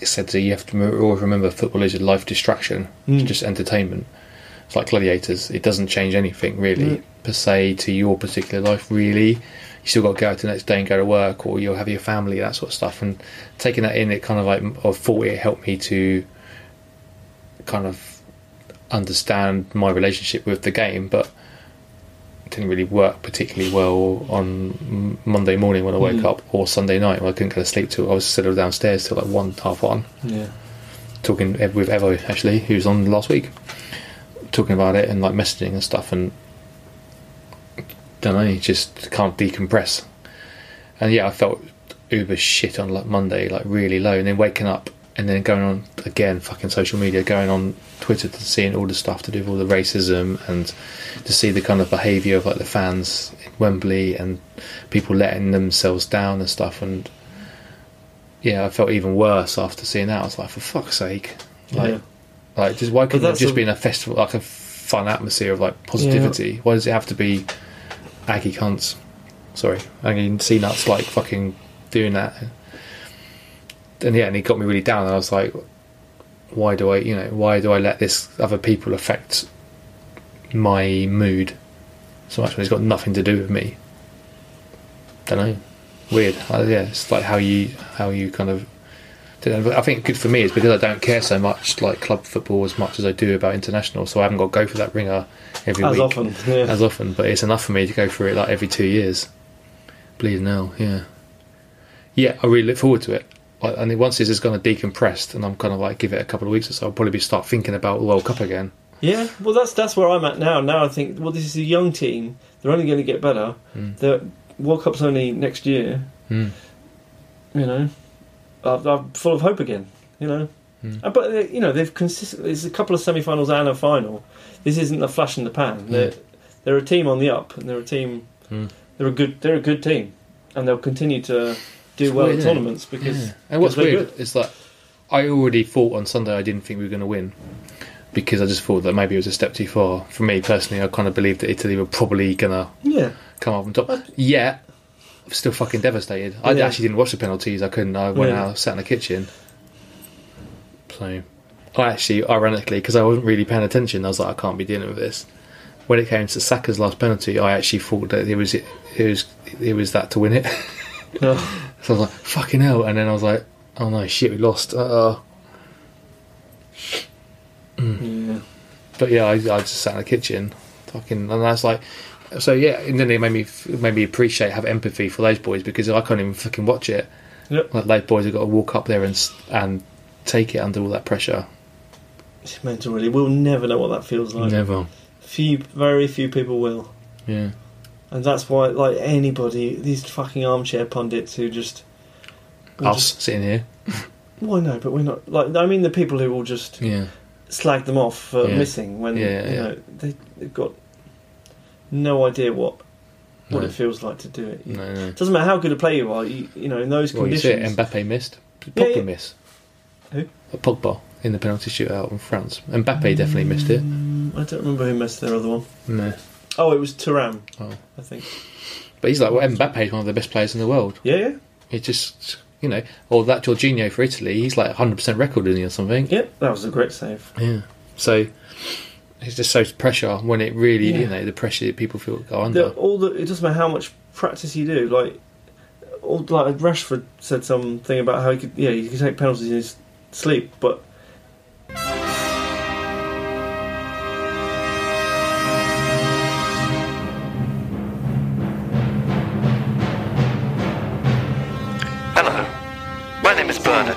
A: It said that you have to rem- always remember football is a life distraction. It's
B: Mm.
A: just entertainment. It's like gladiators. It doesn't change anything really
B: Mm.
A: per se to your particular life. Really, you still got to go out the next day and go to work, or you'll have your family, that sort of stuff. And taking that in, it kind of like I thought it helped me to kind of understand my relationship with the game, but it didn't really work particularly well on M- Monday morning when I woke
B: Mm.
A: up, or Sunday night when I couldn't go to sleep till I was still downstairs till like one half one
B: yeah.
A: talking with Evo actually, who was on last week, talking about it and like messaging and stuff, and don't know, you just can't decompress. And yeah, I felt uber shit on like Monday, like really low, and then waking up and then going on again, fucking social media, going on Twitter to seeing all the stuff to do with all the racism and to see the kind of behaviour of like the fans in Wembley and people letting themselves down and stuff, and yeah, I felt even worse after seeing that. I was like, for fuck's sake, like,
B: yeah.
A: like just why couldn't it
B: that's
A: just
B: a-
A: be in a festival, like a fun atmosphere of like positivity? Why does it have to be Aggie cunts? Sorry, I mean, see nuts like fucking doing that, and yeah, and it got me really down. And I was like, why do I, you know, why do I let this other people affect my mood so much when it's got nothing to do with me? Don't know. Weird. Uh, yeah, it's like how you how you kind of. don't know. But I think good for me is because I don't care so much like club football as much as I do about international, so I haven't got to go for that ringer every
B: as
A: week
B: often. Yeah.
A: as often, but it's enough for me to go through it like every two years. Bleeding hell, yeah. Yeah, I really look forward to it. Like, and once this is kind of decompressed, and I'm kind of like give it a couple of weeks or so, I'll probably be start thinking about the World Cup again.
B: yeah. Well, that's that's where I'm at now. Now I think, well, this is a young team. They're only going to get better.
A: Mm.
B: The World Cup's only next year.
A: Mm.
B: You know, I'm, I'm full of hope again. You know,
A: Mm.
B: Uh, but uh, you know they've consistently. There's a couple of semi-finals and a final. This isn't a flash in the pan.
A: Hmm.
B: They're, they're a team on the up, and they're a team.
A: Mm.
B: They're a good. They're a good team, and they'll continue to do
A: It's
B: well
A: weird, isn't
B: in
A: it?
B: tournaments because.
A: Yeah. And what's
B: they're
A: weird is that I already thought on Sunday I didn't think we were going to win because I just thought that maybe it was a step too far. For me personally, I kind of believed that Italy were probably going to
B: Yeah.
A: come up on top. Yeah, I'm still fucking devastated. I
B: Yeah.
A: actually didn't watch the penalties. I couldn't. I went
B: Yeah.
A: out, sat in the kitchen. So, I actually, ironically, because I wasn't really paying attention, I was like, I can't be dealing with this. When it came to Saka's last penalty, I actually thought that it was it was it was that to win it.
B: No.
A: Hmm. So I was like, fucking hell. And then I was like, Oh no, shit, we lost. Uh,
B: Yeah.
A: but yeah, I, I just sat in the kitchen, fucking, and that's like, so yeah, and then it made me it made me appreciate have empathy for those boys because I can't even fucking watch it.
B: Yep.
A: Like those boys have got to walk up there and s- and take it under all that pressure.
B: It's mental, really. We'll never know what that feels like.
A: Never.
B: Few, very few people will,
A: Yeah.
B: and that's why, like anybody, these fucking armchair pundits who just will
A: Us
B: just-
A: sitting here.
B: Well, no, but we're not. Like, I mean, the people who will just
A: Yeah.
B: slag them off for
A: Yeah.
B: missing when
A: Yeah,
B: you
A: yeah.
B: know they, they've got no idea what what
A: No.
B: it feels like to do it.
A: No, no.
B: It doesn't matter how good a player you are. You, you know, in those
A: Well, you see it.
B: conditions.
A: Mbappe missed. P-
B: Yeah,
A: Pogba
B: yeah.
A: miss.
B: Who?
A: A Pogba in the penalty shootout in France. Mbappe definitely missed it.
B: Mm, I don't remember who missed their other one.
A: No.
B: Oh, it was Turam.
A: Oh.
B: I think.
A: But he's like, well, Mbappe is one of the best players in the world.
B: Yeah, yeah,
A: He just, you know, or that Jorginho for Italy, he's like 100% record, isn't he, or something?
B: yeah. That was a great save.
A: Yeah. So it's just so pressure when it really,
B: Yeah.
A: you know, the pressure that people feel go under.
B: The, all the it doesn't matter how much practice you do. Like, all, like Rashford said something about how he could yeah he could take penalties in his sleep, but
C: Hello. My name is Bernard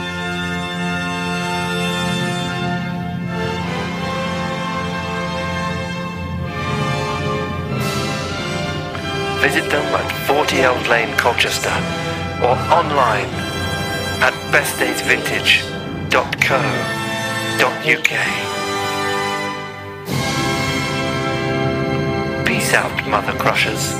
C: visit them at 40 Elm Lane, Colchester, or online at bestdaysvintage.co.uk. Peace out, Mother Crushers.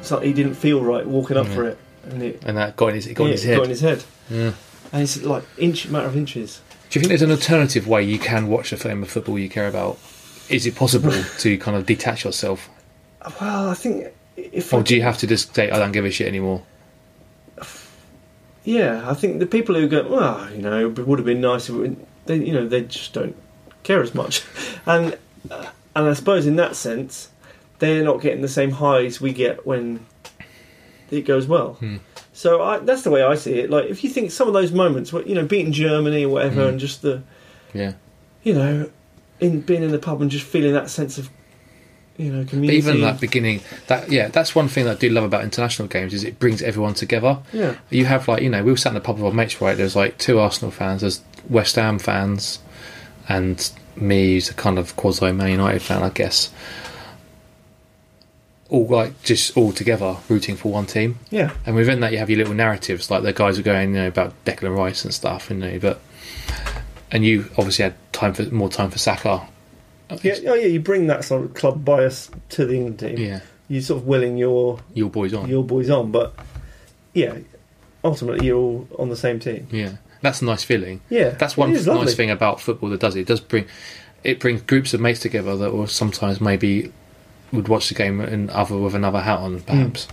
B: it's like he didn't feel right walking up
A: Yeah.
B: for it, and it
A: and that got in his, it got in
B: yeah,
A: his
B: it
A: head.
B: got in his head.
A: Yeah.
B: And it's like inch matter of inches.
A: Do you think there's an alternative way you can watch a film of football you care about? Is it
B: (laughs)
A: possible to kind of detach yourself?
B: Well, I think if I,
A: Or do you have to just say, I don't give a shit anymore?
B: yeah, I think the people who go, well, you know, it would have been nice. If it, they, you know, they just don't care as much, (laughs) and uh, and I suppose in that sense, they're not getting the same highs we get when it goes well.
A: Hmm.
B: So I, that's the way I see it. Like if you think some of those moments, where, you know, beating Germany or whatever,
A: Hmm.
B: and just the
A: Yeah.
B: you know, in being in the pub and just feeling that sense of you know
A: But
B: community.
A: even that beginning, that yeah, that's one thing that I do love about international games is it brings everyone together.
B: yeah,
A: You have like you know we were sat in the pub with our mates right. There's like two Arsenal fans, there's West Ham fans, and me who's a kind of quasi Man United fan, I guess. All like just all together rooting for one team,
B: yeah.
A: and within that you have your little narratives like the guys are going you know about Declan Rice and stuff, you know, but and you obviously had time for more time for Saka.
B: Yeah, oh yeah, you bring that sort of club bias to the England team.
A: Yeah,
B: You're sort of willing your
A: your boys on.
B: your boys on, but yeah, ultimately you're all on the same team.
A: Yeah, that's a nice feeling.
B: Yeah,
A: That's one
B: it is lovely.
A: nice thing about football that does it. It does bring it brings groups of mates together that will sometimes maybe would watch the game in other with another hat on,
B: Mm.
A: perhaps.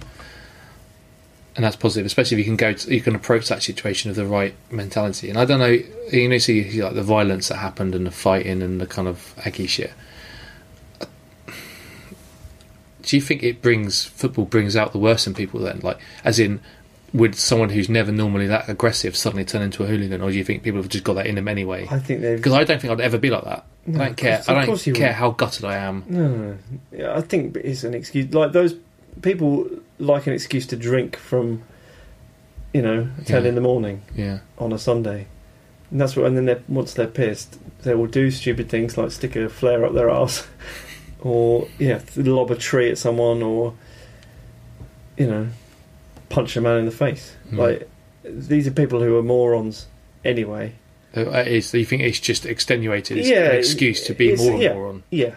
A: And that's positive, especially if you can go to, you can approach that situation with the right mentality. And I don't know, you know, see see, like the violence that happened and the fighting and the kind of aggy shit. Do you think it brings football brings out the worst in people then? Like, as in, would someone who's never normally that aggressive suddenly turn into a hooligan, or do you think people have just got that in them anyway?
B: I think they've.
A: Because I don't think I'd ever be like that.
B: No,
A: I
B: of
A: don't care.
B: course- of
A: I don't
B: course you
A: care
B: wouldn't.
A: how gutted I am.
B: No, no, no. Yeah, I think it's an excuse. Like those people like an excuse to drink from, you know, ten
A: Yeah.
B: in the morning
A: Yeah,
B: on a Sunday. And that's what. And then they're, once they're pissed, they will do stupid things like stick a flare up their arse, (laughs) or yeah, th- lob a tree at someone, or you know, punch a man in the face.
A: Mm.
B: Like these are people who are morons anyway.
A: So, uh, it's, you think it's just extenuated? It's
B: Yeah,
A: an excuse to be
B: it's-
A: more and
B: yeah.
A: more on.
B: Yeah.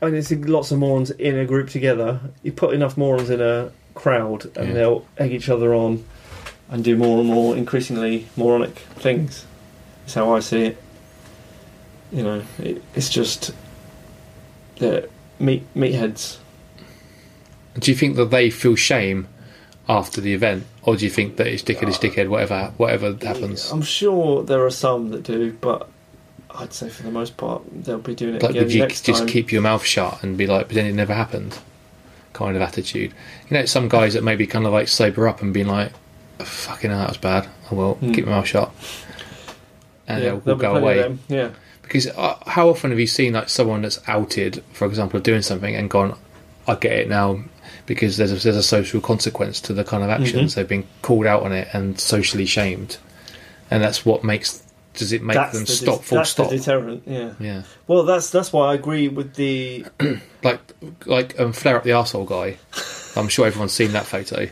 B: And it's lots of morons in a group together. You put enough morons in a crowd and
A: Yeah.
B: they'll egg each other on and do more and more increasingly moronic things. That's how I see it. You know, it, it's just they're meat meatheads.
A: Do you think that they feel shame after the event, or do you think that it's dickhead
B: Uh,
A: is dickhead, whatever whatever happens?
B: I'm sure there are some that do, but I'd say for the most part they'll be doing it
A: like,
B: again
A: would you
B: next
A: just
B: time.
A: keep your mouth shut and be like, pretend it never happened? Kind of attitude. You know, some guys that maybe kind of like sober up and be like, fucking hell, that was bad. I will
B: Hmm.
A: keep my mouth shut. And
B: Yeah,
A: it'll,
B: there'll be
A: go
B: plenty
A: away.
B: of them, Yeah.
A: Because uh, how often have you seen like someone that's outed, for example, doing something and gone, I get it now, because there's a, there's a social consequence to the kind of actions
B: Mm-hmm.
A: they've been called out on it and socially shamed, and that's what makes does it make them
B: the dis-
A: stop full
B: that's
A: stop?
B: the deterrent. Yeah.
A: yeah,
B: Well, that's that's why I agree with the
A: like like um, flare up the asshole guy. I'm sure everyone's seen that photo.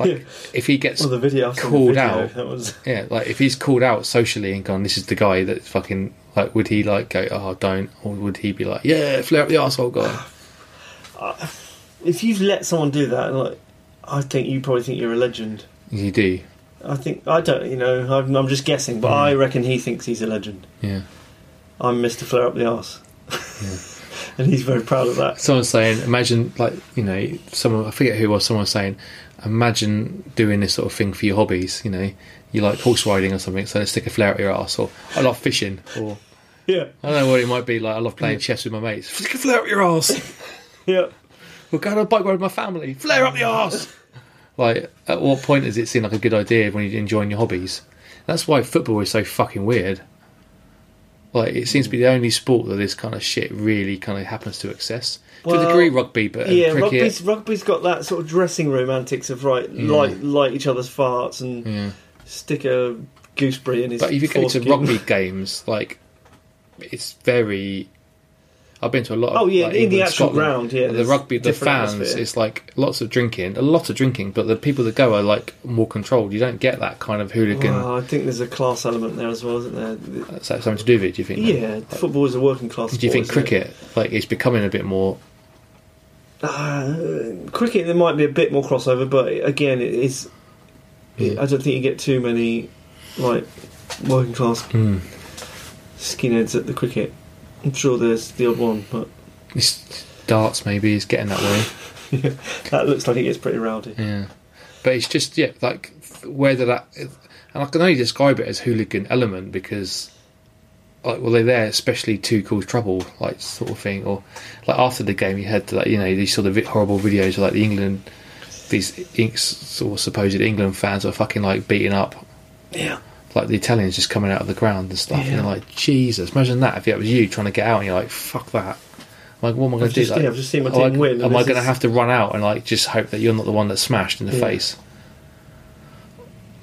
A: Like
B: Yeah.
A: if he gets
B: well the video. I've seen the
A: Called
B: video,
A: out.
B: That was
A: Yeah, like if he's called out socially and gone, this is the guy that fucking like, would he like go, oh, don't, or would he be like, yeah, flare up the asshole guy?
B: if you've let someone do that, like I think you probably think you're a legend.
A: you do,
B: I think I don't. You know, I'm, I'm just guessing, but
A: Hmm.
B: I reckon he thinks he's a legend.
A: yeah.
B: I'm Mister Flare Up the Arse,
A: Hmm.
B: (laughs) and he's very proud of that.
A: Someone's saying, imagine like you know, someone I forget who it was. Someone was saying, imagine doing this sort of thing for your hobbies. You know, you like horse riding or something, so let's stick a flare up your ass. Or I love fishing, or
B: Yeah,
A: I don't know what it might be. Like I love playing chess with my mates. Stick a flare up your ass.
B: yeah.
A: We're going on a bike ride with my family. Flare up the ass. Mm. (laughs) Like, at what point does it seem like a good idea when you're enjoying your hobbies? That's why football is so fucking weird. Like, it seems to be the only sport that this kind of shit really kind of happens to excess. to a
B: Well,
A: degree, rugby, but and
B: yeah,
A: cricket.
B: rugby's, rugby's got that sort of dressing room antics of right,
A: Hmm.
B: light, light each other's farts and
A: Yeah.
B: stick a gooseberry in his.
A: Hmm. But if you go to
B: foreskin. (laughs)
A: rugby games, like it's very. I've been to a lot. Of,
B: Oh, yeah,
A: like,
B: in the
A: England,
B: actual
A: Scotland,
B: ground, yeah,
A: the
B: there's
A: rugby, the
B: different
A: fans,
B: atmosphere.
A: it's like lots of drinking, a lot of drinking. But the people that go are like more controlled. You don't get that kind of hooligan.
B: Wow, Ah, I think there's a class element there as well, isn't there? The-
A: That's something to do with it. Do you think?
B: Yeah, football is a working class.
A: Do you
B: sport,
A: think
B: isn't it?
A: cricket, like, is becoming a bit more?
B: Uh, cricket, there might be a bit more crossover, but again, it is. it- I don't think you get too many like working class
A: Mm.
B: skinheads at the cricket. I'm sure there's the odd one, but
A: It's, darts maybe is getting that way.
B: that looks like it gets pretty rowdy.
A: Yeah, but it's just yeah, like whether that, and I can only describe it as hooligan element because, like, well, they're there especially to cause trouble, like sort of thing, or like after the game, you had like you know these sort of vi- horrible videos of like the England, these inks or supposed England fans are fucking like beating up.
B: Yeah,
A: Like the Italians just coming out of the ground and stuff, and
B: Yeah.
A: you're like, Jesus, imagine that if it was you trying to get out, and you're like, fuck that. I'm like, what am I going
B: I've
A: to do?
B: just,
A: Like,
B: yeah, I've just seen my
A: am I,
B: team win.
A: am
B: and
A: I
B: this
A: going to
B: is-
A: have to run out and like just hope that you're not the one that's smashed in the
B: Yeah.
A: face?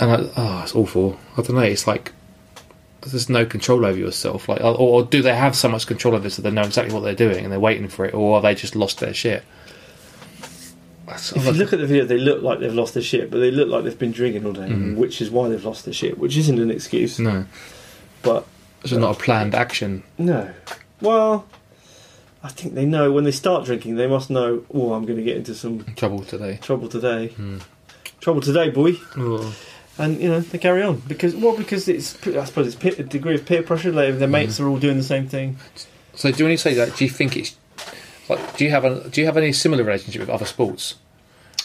A: And I, oh, it's awful. I don't know. It's like there's no control over yourself. Like, or, or do they have so much control over it so they know exactly what they're doing and they're waiting for it, or are they just lost their shit? That's-
B: If you look at the video, they look like they've lost their shit, but they look like they've been drinking all day, which is why they've lost their shit, which isn't an excuse.
A: Mm-hmm. no,
B: But
A: it's not a planned action.
B: No. Well, I think they know when they start drinking, they must know, oh, I'm going to get into some
A: Trouble today.
B: trouble today.
A: Hmm.
B: Trouble today, boy. Oh. And, you know, they carry on. Because, well, because it's, I suppose it's peer, a degree of peer pressure. Like, their mates
A: Hmm.
B: are all doing the same thing.
A: So, do when you say that, do you think it's like? Do you have a, do you have any similar relationship with other sports,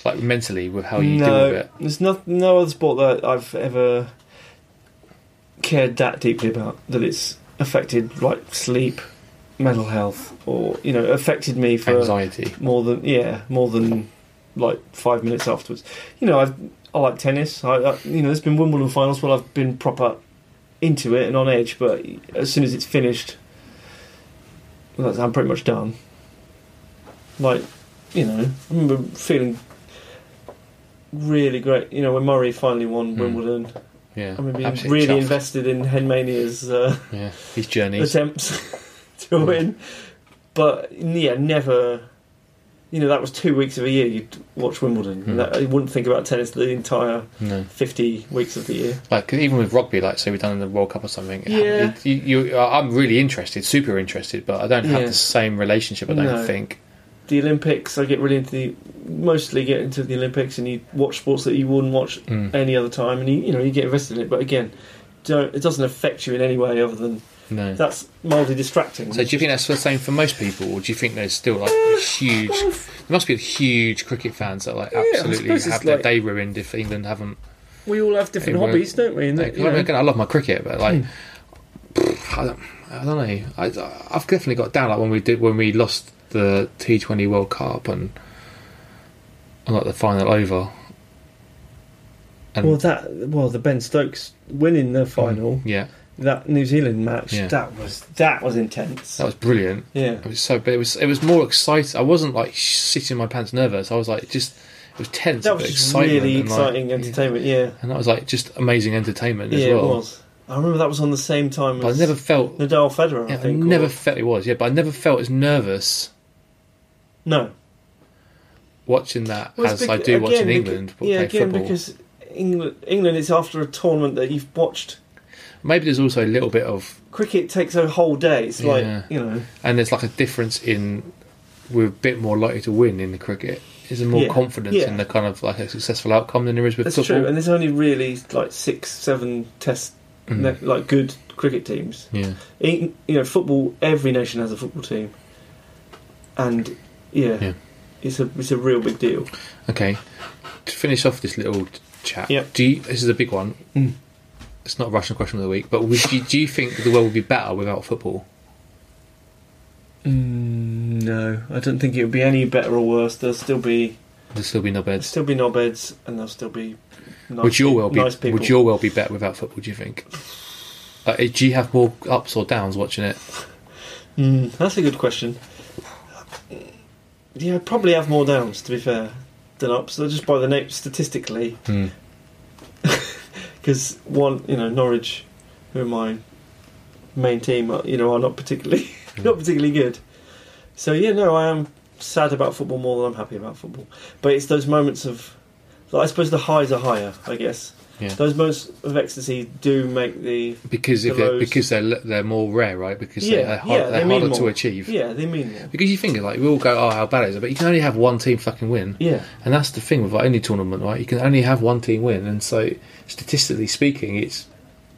A: like mentally, with how Oh, you deal with
B: no,
A: it?
B: there's no, no other sport that I've ever cared that deeply about that it's affected, like, sleep, mental health, or, you know, affected me for.
A: Anxiety.
B: more than yeah more than like five minutes afterwards you know i've i like tennis i, I you know there's been wimbledon finals where i've been proper into it and on edge but as soon as it's finished well, that's, i'm pretty much done like you know i remember feeling really great you know when murray finally won
A: Hmm.
B: wimbledon
A: Yeah.
B: i remember being
A: absolutely
B: really
A: chuffed.
B: invested in henmania's uh
A: Yeah, his journeys.
B: attempts (laughs) to
A: Mm.
B: win. But yeah, never. You know, that was two weeks of a year you'd watch Wimbledon.
A: Mm.
B: And that, you wouldn't think about tennis the entire
A: No,
B: 50 weeks of the year.
A: like 'cause even with rugby, like say we've done in the World Cup or something. it-
B: Yeah.
A: it- you, you, I'm really interested, super interested, but I don't have
B: Yeah.
A: the same relationship. I don't
B: No.
A: think.
B: the Olympics. I get really into the mostly get into the Olympics, and you watch sports that you wouldn't watch
A: Mm.
B: any other time, and you you know you get invested in it. But again, don't it doesn't affect you in any way other than
A: No.
B: that's mildly distracting.
A: So do you think that's the same for most people, or do you think there's still like a huge? There must be huge cricket fans that like
D: Yeah, I
A: absolutely
D: suppose it's
A: have their
D: like-
A: day ruined if England haven't.
D: We all have different
A: Hey, well,
D: hobbies, don't we? And
A: Like,
D: that, you
A: I, mean,
D: know.
A: again, I love my cricket, but like,
B: Hmm.
A: I, don't, I don't know. I, I've definitely got down like when we did when we lost the T20 World Cup and, and like the final over. And,
B: well, that well the Ben Stokes winning the
A: Hmm.
B: final,
A: yeah,
B: that New Zealand match,
A: Yeah.
B: that was that was intense.
A: that was brilliant.
B: yeah,
A: It was so, but it was it was more exciting. I wasn't like shitting my pants nervous. I was like just it was tense.
B: that
A: but
B: was just
A: excitement
B: really
A: and, like,
B: exciting
A: yeah.
B: entertainment. Yeah,
A: and that was like just amazing entertainment
B: yeah,
A: as well.
B: it was. I remember that was on the same time
A: But I
B: as
A: never felt,
B: Nadal Federer.
A: yeah,
B: I
A: I
B: think
A: never
B: or-
A: felt it was, yeah, but I never felt as nervous
B: no.
A: watching that
B: Well,
A: as
B: it's
A: I
B: bec-
A: do watching
B: again, beca-
A: England play
B: yeah, again,
A: football.
B: because England, England is after a tournament that you've watched.
A: Maybe there's also a little bit of,
B: Cricket takes a whole day. It's
A: Yeah.
B: like you know,
A: and there's like a difference in we're a bit more likely to win in the cricket. Is there more
B: Yeah,
A: confidence
B: yeah.
A: in the kind of like a successful outcome than there is with
B: that's
A: football?
B: true. And there's only really like six, seven test
A: Mm.
B: ne- like good cricket teams.
A: yeah,
B: Eng- You know, football. Every nation has a football team, and yeah,
A: Yeah.
B: it's a it's a real big deal.
A: okay. To finish off this little chat,
B: Yep.
A: do you, this is a big one.
B: Mm.
A: It's not a Russian question of the week, but would you, do you think the world would be better without football?
B: Mm, no, I don't think it would be any better or worse. There'll still be
A: There'd still be no
B: there'll
A: beds.
B: still be knobheads, and there'll still be nice
A: would your
B: peop-
A: world be
B: nice people.
A: would your world be better without football? Do you think? Like, eh, do you have more ups or downs watching it?
B: Mm, that's a good question. Yeah, I probably have more downs to be fair than ups. Just by the name statistically, because one, you know, Norwich, who are my main team, are- you know, are not particularly (laughs)
A: Mm.
B: not particularly good. So yeah, no, I am sad about football more than I'm happy about football. But it's those moments of, I suppose, the highs are higher. I guess
A: Yeah.
B: those moments of ecstasy do make the
A: Because if
B: The
A: they're,
B: lows.
A: because they're le- they're more rare, right? Because
B: Yeah,
A: they're, they're, hard,
B: yeah,
A: they're
B: they mean
A: harder to
B: more.
A: achieve.
B: yeah they mean more.
A: Because you think like we all go, oh, how bad is it? But you can only have one team fucking win,
B: Yeah,
A: and that's the thing with like any tournament, right? You can only have one team win, and so statistically speaking, it's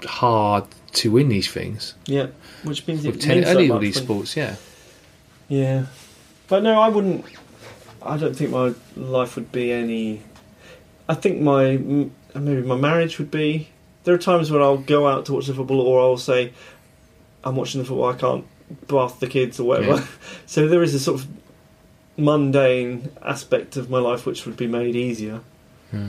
A: hard to win these things
B: yeah, which means it
A: with ten,
B: means so
A: only all
B: much
A: these
B: when-
A: sports. Yeah,
B: Yeah, but no, I wouldn't. I don't think my life would be any. I think my m- maybe my marriage would be. There are times when I'll go out to watch the football, or I'll say, "I'm watching the football. I can't bath the kids or whatever."
A: Yeah.
B: (laughs) so there is a sort of mundane aspect of my life which would be made easier,
A: Hmm.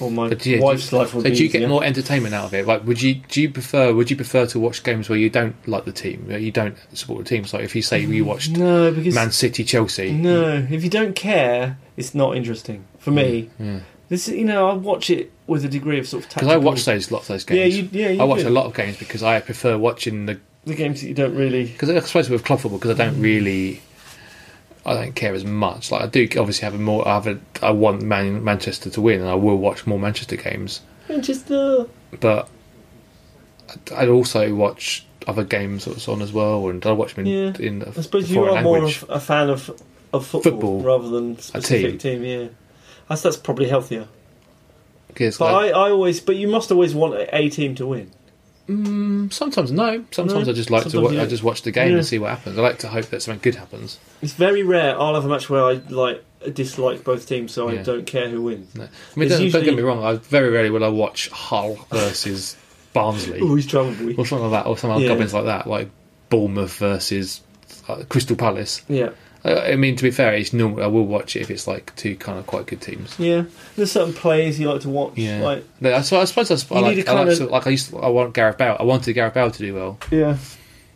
B: or my
A: But yeah,
B: wife's life
A: so
B: would
A: do
B: be
A: you
B: easier.
A: get more entertainment out of it? Like, would you do you prefer would you prefer to watch games where you don't like the team, where you don't support the teams? Like, if you say you watched
B: no, because
A: Man City, Chelsea,
B: Mm, no, if you don't care, it's not interesting for me.
A: yeah,
B: This, you know, I watch it with a degree of sort of
A: because
B: tactical.
A: I watch those lots of those games.
B: Yeah, you, yeah, you
A: I watch
B: do.
A: a lot of games because I prefer watching the
B: the games that you don't really.
A: because I suppose with club football because I don't really I don't care as much. Like I do obviously have a more I have a I want Man, Manchester to win and I will watch more Manchester games,
B: Manchester.
A: but I'd- I'd also watch other games that's on as well and I watch them in,
B: Yeah.
A: in a
B: I suppose you are
A: foreign
B: more
A: language.
B: of a fan of of football,
A: Football.
B: rather than specific team. Yeah, that's that's probably healthier.
A: 'Cause,
B: But
A: like,
B: I, I always, but you must always want a, a team to win.
A: Mm, sometimes no. Sometimes
B: No?
A: I just like to.
B: Sometimes
A: Wa-
B: you-
A: I just watch the game
B: Yeah.
A: and see what happens. I like to hope that something good happens.
B: It's very rare. I'll have a match where I like dislike both teams, so I
A: Yeah.
B: don't care who wins.
A: No. I mean,
B: There's
A: don't, don't
B: usually-
A: get me wrong. I very rarely will I watch Hull versus Barnsley
B: Always trouble.
A: (laughs) or something like that, or some other
B: Yeah.
A: gubbins like that, like Bournemouth versus uh, Crystal Palace.
B: Yeah,
A: I, I mean, to be fair, it's normal. I will watch it if it's like two kind of quite good teams.
B: yeah. There's certain plays you like to watch.
A: Yeah.
B: Like,
A: No, I, so I suppose that's, I
B: You
A: like,
B: need a
A: I like,
B: kinda-
A: sort of- like I used to, I want Gareth Bale. I wanted Gareth Bale to do well.
B: yeah.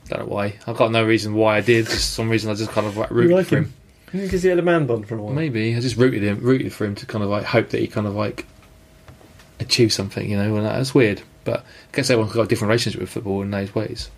A: Don't know why. I've got no reason why I did. Just some reason I just kind of like rooted
B: like
A: for him.
B: him? Because he had a man bun for a while.
A: Maybe I just rooted him, rooted for him to kind of like hope that he kind of like achieve something, you know. And that's weird, but I guess everyone's got a different relationship with football in those ways.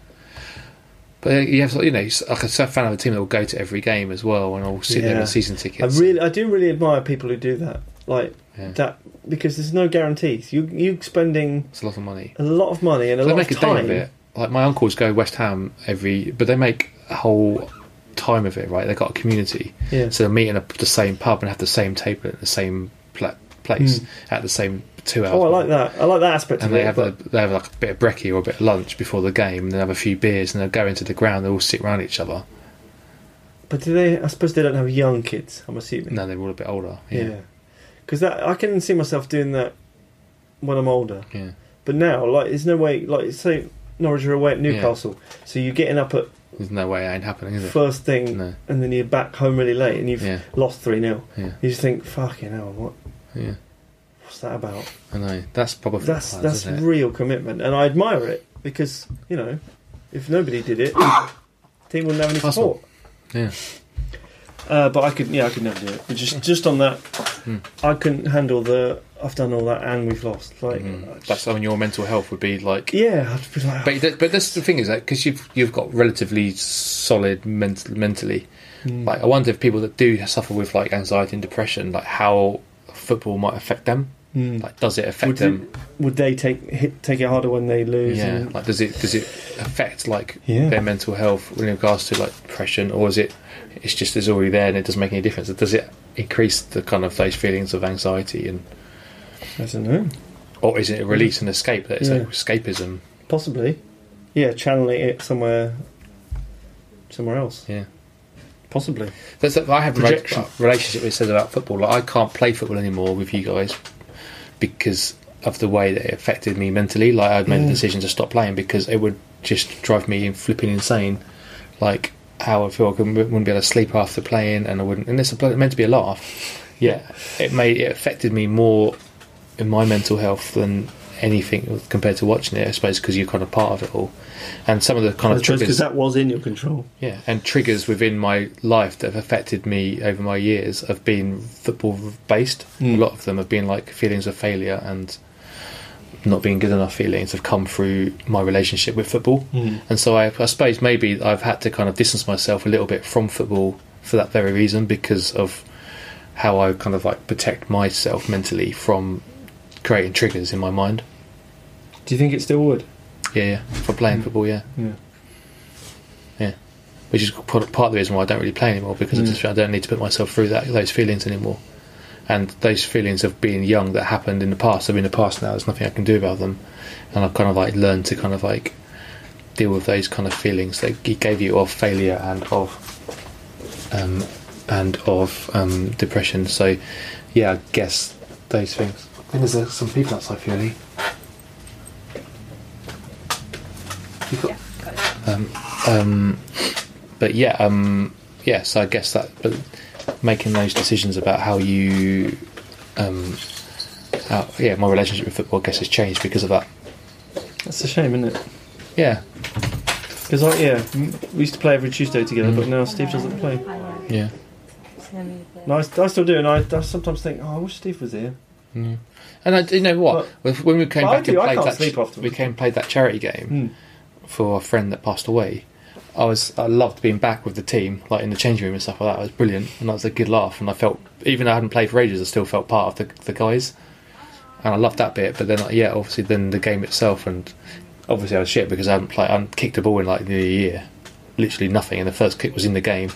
A: But uh, you have, you know, s- like a s- fan of a team that will go to every game as well, and all sit there
B: Yeah.
A: with season
B: I
A: tickets.
B: really, I do really admire people who do that. Like
A: Yeah.
B: that because there's no guarantees. You you spending
A: it's a lot of money.
B: a lot of money and a
A: They
B: lot
A: make a
B: of time.
A: day of it. Like my uncles go West Ham every, but they make a whole time of it, right? They've got a community,
B: Yeah.
A: so they meet in a, the same pub and have the same table at the same pla- place at the same two hours.
B: Hmm. Oh, I like that. I like that aspect
A: And
B: of
A: they
B: it.
A: have,
B: but-
A: a, they have like a bit of brekkie or a bit of lunch before the game, and they have a few beers, and they go into the ground. They all sit around each other.
B: But do they? I suppose they don't have young kids. I'm assuming.
A: No, they're all a bit older. Yeah,
B: Yeah. Because that I can see myself doing that when I'm older.
A: yeah.
B: But now, like, there's no way. Like, say Norwich are away at Newcastle, so you're getting up at
A: There's no way it ain't happening, is it?
B: first thing,
A: No.
B: and then you're back home really late, and you've
A: Yeah.
B: lost three 0
A: Yeah.
B: You just think, fucking hell, what?
A: Yeah.
B: What's that about?
A: I know. That's probably
B: That's
A: plans,
B: that's
A: isn't it?
B: real commitment, and I admire it because you know, if nobody did it, (coughs) the team wouldn't have any
A: Possible.
B: support.
A: Yeah.
B: Uh, but I could, yeah, I could never do it. But just, just on that,
A: Hmm.
B: I couldn't handle the. I've done all that, and we've lost. Like, I just-
A: Mm. That's on your mental health would be like.
B: yeah, I'd be like,
A: Hmm. But that, but that's the thing is that because you've you've got relatively solid ment- mentally.
B: Mm.
A: Like I wonder if people that do suffer with like anxiety and depression, like how football might affect them. Like does it affect
B: hmm. Mm. would,
A: them?
B: they, would they take hit, take it harder when they lose?
A: Yeah.
B: and-
A: Like does it does it affect like
B: Yeah.
A: their mental health in regards to like depression, or is it it's just it's already there and it doesn't make any difference? Does it increase the kind of those feelings of anxiety and
B: I don't know.
A: or is it a release and escape that it's
B: Yeah.
A: like escapism?
B: Possibly. Yeah, channeling it somewhere, somewhere else.
A: Yeah.
B: Possibly.
A: That's, I have a
B: Projection.
A: relationship with says about football. Like I can't play football anymore with you guys because of the way that it affected me mentally. Like I've made
B: Mm.
A: a decision to stop playing because it would just drive me in flipping insane. Like how I feel I couldn't- wouldn't be able to sleep after playing, and I wouldn't. And it's meant to be a laugh. Yeah, it made it affected me more in my mental health than anything compared to watching it. I suppose because you're kind of part of it all, and some of the kind
B: I
A: of
B: suppose because
A: triggers.
B: that was in your control.
A: Yeah, and triggers within my life that have affected me over my years of being football based. A lot of them have been like feelings of failure and not being good enough feelings have come through my relationship with football. And so I, I suppose maybe I've had to kind of distance myself a little bit from football for that very reason because of how I kind of like protect myself mentally from creating triggers in my mind.
B: Do you think it still would?
A: Yeah, yeah, for playing football, yeah.
B: Yeah.
A: Yeah. Which is part part of the reason why I don't really play anymore because I just I don't need to put myself through that those feelings anymore. And those feelings of being young that happened in the past are in the past now. There's nothing I can do about them, and I've kind of like learned to kind of like deal with those kind of feelings that he gave you of failure and of um, and of um, depression. So yeah, I guess those things. I think there's uh, some people outside, Fiona. You got but yeah, um, yeah. So I guess that, but making those decisions about how you, um, how, yeah, my relationship with football, I guess, has changed because of that.
B: That's a shame, isn't it?
A: Yeah,
B: Because I yeah, m- we used to play every Tuesday together, but now Steve doesn't play.
A: yeah.
B: No, I, s- I still do, and I, I sometimes think, oh, I wish Steve was here.
A: And I, you know what? when we came
B: Well, I
A: back
B: do, I
A: and played
B: can't sleep Hmm.
A: that,
B: afterwards.
A: we came and played that charity game for a friend that passed away. I was, I loved being back with the team, like in the change room and stuff like that. It was brilliant, and that was a good laugh. And I felt, even though I hadn't played for ages, I still felt part of the, the guys, and I loved that bit. But then, like, yeah, obviously, then the game itself, and obviously, I was shit because I hadn't played, I hadn't kicked a ball in like nearly a year, literally nothing, and the first kick was in the game,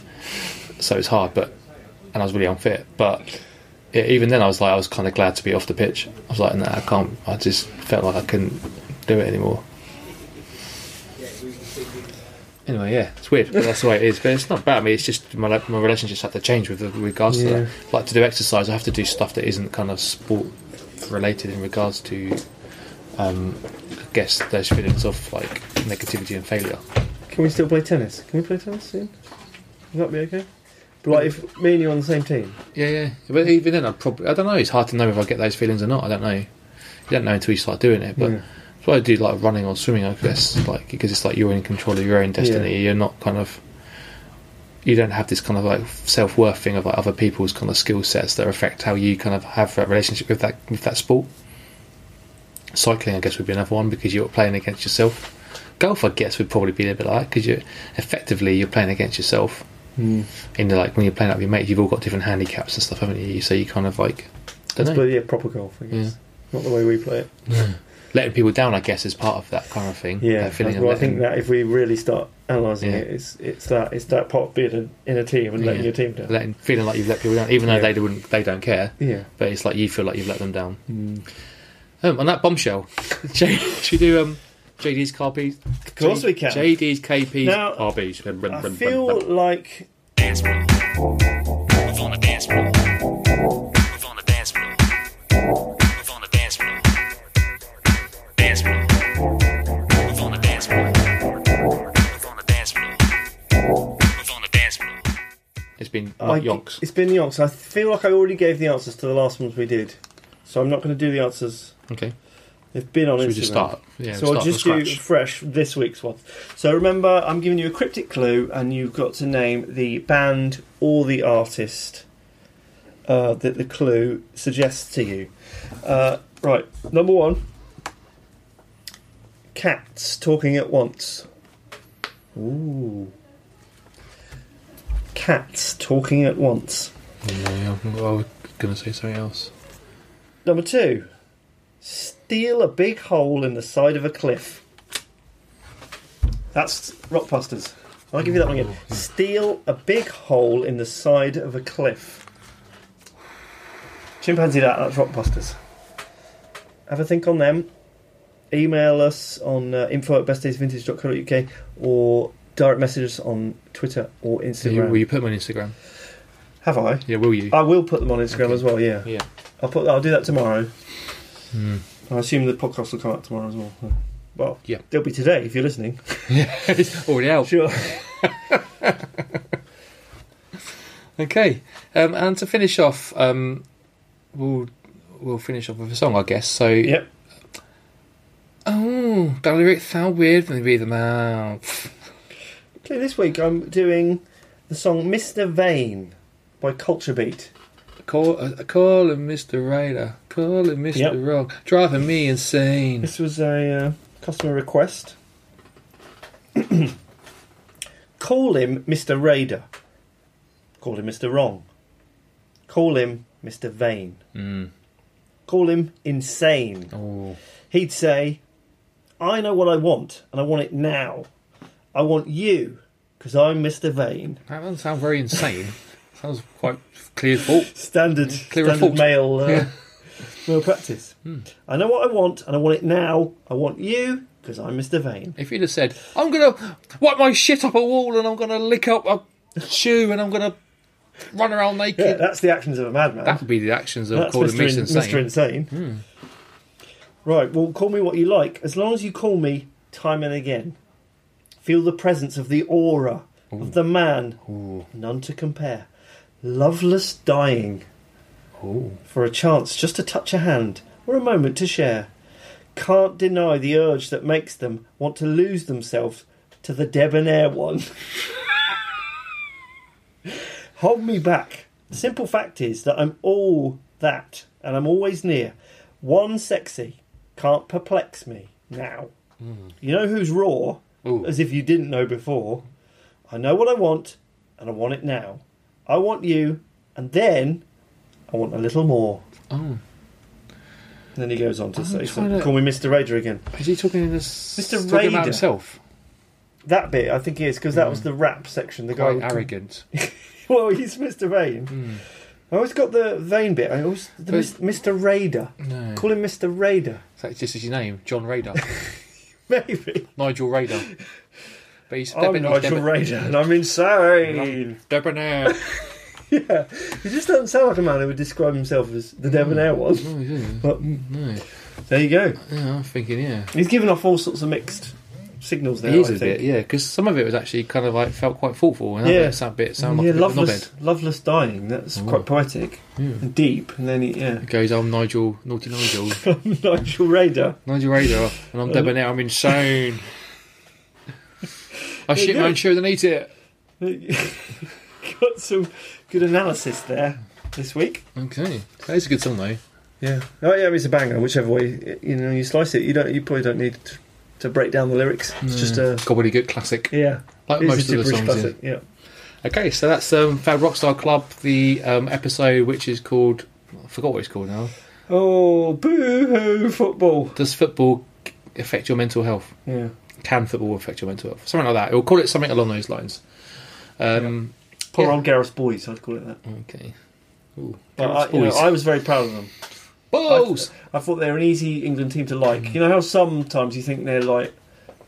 A: so it's hard. But and I was really unfit, but yeah, even then I was like, I was kind of glad to be off the pitch. I was like, nah, I can't. I just felt like I couldn't do it anymore. Anyway, yeah, it's weird, but that's the way it is. But it's not bad. I mean, it's just my like, my relationships have to change with regards to
B: Yeah.
A: that. Like to do exercise, I have to do stuff that isn't kind of sport related in regards to, um, I guess those feelings of like negativity and failure.
B: Can we still play tennis? Can we play tennis soon? Would that be okay? But like, if me and you are on the same team,
A: Yeah, yeah. But even then, I'd probably. I don't know. It's hard to know if I get those feelings or not. I don't know. You don't know until you start doing it. But
B: Yeah.
A: that's why I do like running or swimming. I guess like because it's like you're in control of your own destiny. You're not kind of. You don't have this kind of like self worth thing of like other people's kind of skill sets that affect how you kind of have that relationship with that with that sport. Cycling, I guess, would be another one because you're playing against yourself. Golf, I guess, would probably be a bit like that because you effectively you're playing against yourself
B: Hmm.
A: in the, like when you're playing out with your mates, you've all got different handicaps and stuff, haven't you? So you kind of like, don't
B: let's
A: know.
B: play yeah, proper golf. I guess not the way we play it.
A: letting people down, I guess, is part of that kind of thing.
B: Yeah,
A: That feeling of
B: well, I
A: letting-
B: think that if we really start analysing
A: Yeah.
B: it, it's it's that it's that part being in, in a team and letting
A: Yeah.
B: your team down.
A: letting, feeling like you've let people down, even though
B: Yeah.
A: they wouldn't, they don't care.
B: yeah, Hmm.
A: But it's like you feel like you've let them down. Um, on that bombshell, (laughs) J- should you do um, JD's car piece? Of
B: course we can.
A: JD's KP's
B: Now,
A: RBs.
B: I feel like
D: dance floor. Move on the dance floor. Move on the dance floor. Move on the dance floor. Dance floor. Move on the dance floor. Move on the dance floor. Move on the dance floor.
A: it's been
B: I,
A: like yonks.
B: it's been yonks. I feel like I already gave the answers to the last ones we did, so I'm not going to do the answers.
A: Okay,
B: They've been on
A: should
B: Instagram.
A: we just start? Yeah,
B: so I'll
A: start from
B: just do
A: scratch.
B: fresh this week's one. So remember, I'm giving you a cryptic clue, and you've got to name the band or the artist uh, that the clue suggests to you. Uh, right, number one: cats talking at once. Ooh, cats talking at once.
A: Yeah, I was going to say something else.
B: Number two: steal a big hole in the side of a cliff. That's Rockbusters. I'll give you that one again. Steal a big hole in the side of a cliff. Chimpanzee, that that's Rockbusters. Have a think on them. Email us on uh, info at bestdaysvintage.co.uk or direct message us on Twitter or
A: Will you,
B: Instagram.
A: will you put them on Instagram?
B: Have I?
A: Yeah, will you?
B: I will put them on Instagram as well. Yeah.
A: yeah.
B: I'll put. I'll do that tomorrow.
A: Hmm.
B: I assume the podcast will come out tomorrow as well. so- Well,
A: Yeah. Oh,
B: they'll be today if you're listening.
A: (laughs) it's already out.
B: Sure.
A: Okay, um, and to finish off, um, we'll we'll finish off with a song, I guess. So
B: yep.
A: Oh, that lyrics sound weird when they read them out.
B: Okay. This week I'm doing the song "Mr. Vane" by Culture Beat.
A: Call, uh, call him Mr. Rider. Call him Mr.
B: Yep.
A: Wrong. Driving me insane.
B: This was a uh, customer request. (clears throat) Call him Mr. Raider. Call him Mr. Wrong. Call him Mr. Vane.
A: Mm.
B: Call him insane.
A: Oh.
B: He'd say, I know what I want, and I want it now. I want you, because I'm Mr. Vane.
A: That doesn't sound very insane. (laughs) Sounds quite clear thought.
B: Standard,
A: Clear and
B: Mm. standard
A: full.
B: male, uh,
A: Yeah.
B: (laughs) male practice. I know what I want, and I want it now. I want you, because I'm Mr. Vane.
A: If you'd have said, I'm going to wipe my shit up a wall and I'm going to lick up a shoe and I'm going to run around naked,
B: Yeah, that's the actions of a madman.
A: that would be the actions of
B: That's
A: calling
B: Mr.
A: Mr.
B: In-
A: Insane.
B: Mr. Insane. Right, well, call me what you like, as long as you call me time and again. Feel the presence of the aura of the man, none to compare. Loveless dying for a chance just to touch a hand or a moment to share. Can't deny the urge that makes them want to lose themselves to the debonair one. (laughs) Hold me back. The simple fact is that I'm all that and I'm always near. One sexy can't perplex me now. You know who's raw?
A: Hmm. Ooh.
B: As if you didn't know before. I know what I want and I want it now. I want you and then I want a little more.
A: Oh.
B: And then he goes on to say,
A: trying
B: so-
A: to-
B: call me Mr. Raider again.
A: Is he talking in this?
B: Mr.
A: talking
B: Raider.
A: about himself.
B: That bit, I think he is, because that was the rap section. The guy
A: Hmm. Quite
B: would- (laughs)
A: arrogant.
B: Well, he's Mr. Vane.
A: Hmm.
B: I always got the Vane bit. I always the
A: But-
B: mis- Mr. Raider.
A: No.
B: Call him Mr. Raider. (laughs)
A: That's just his name, John Raider.
B: Maybe.
A: Nigel Raider. But he's
B: I'm
A: not
B: Nigel Raider, and I'm insane. (laughs)
A: Debonair.
B: yeah, he just doesn't sound like a man who would describe himself as the debonair one.
A: Oh, yeah.
B: But mm, there you go.
A: yeah, I'm thinking, yeah.
B: He's given off all sorts of mixed signals there.
A: He is
B: I
A: a
B: think.
A: bit, yeah, because some of it was actually kind of like felt quite thoughtful, and that
B: Yeah.
A: bit, that bit sounded
B: yeah,
A: like a bit of a
B: loveless,
A: knobhead. Hmm.
B: loveless dying. That's quite poetic and deep. And then he, yeah, (laughs)
A: It goes, I'm Nigel, naughty Nigel,
B: Nigel Raider. (laughs)
A: Nigel Raider, and I'm debonair, I'm insane. I shit my own shoes and eat it.
B: Got some good analysis there this week.
A: Okay, that is a good song though.
B: Yeah. Oh yeah, it's a banger. Whichever way you know you slice it, you don't. You probably don't need to, to break down the lyrics. It's just a
A: gobbledygook classic,
B: yeah.
A: like
B: It's a
A: most of the
B: gibberish
A: songs. in.
B: classic, Yeah.
A: Okay, so that's um, Fab Rockstar Club, the um, episode which is called I forgot what it's called now.
B: Oh, boo-hoo, football.
A: Does football affect your mental health?
B: Yeah.
A: Can football affect your mental health? Something like that. We'll call it something along those lines. Um,
B: Poor
A: Yeah.
B: old Gareth Boys, I'd call it that.
A: Okay. Ooh.
B: But I, you know,
A: Boys.
B: I was very proud of them. I-
A: Balls!
B: I, thought they were an easy England team to like.
A: Mm.
B: You know how sometimes you think they're like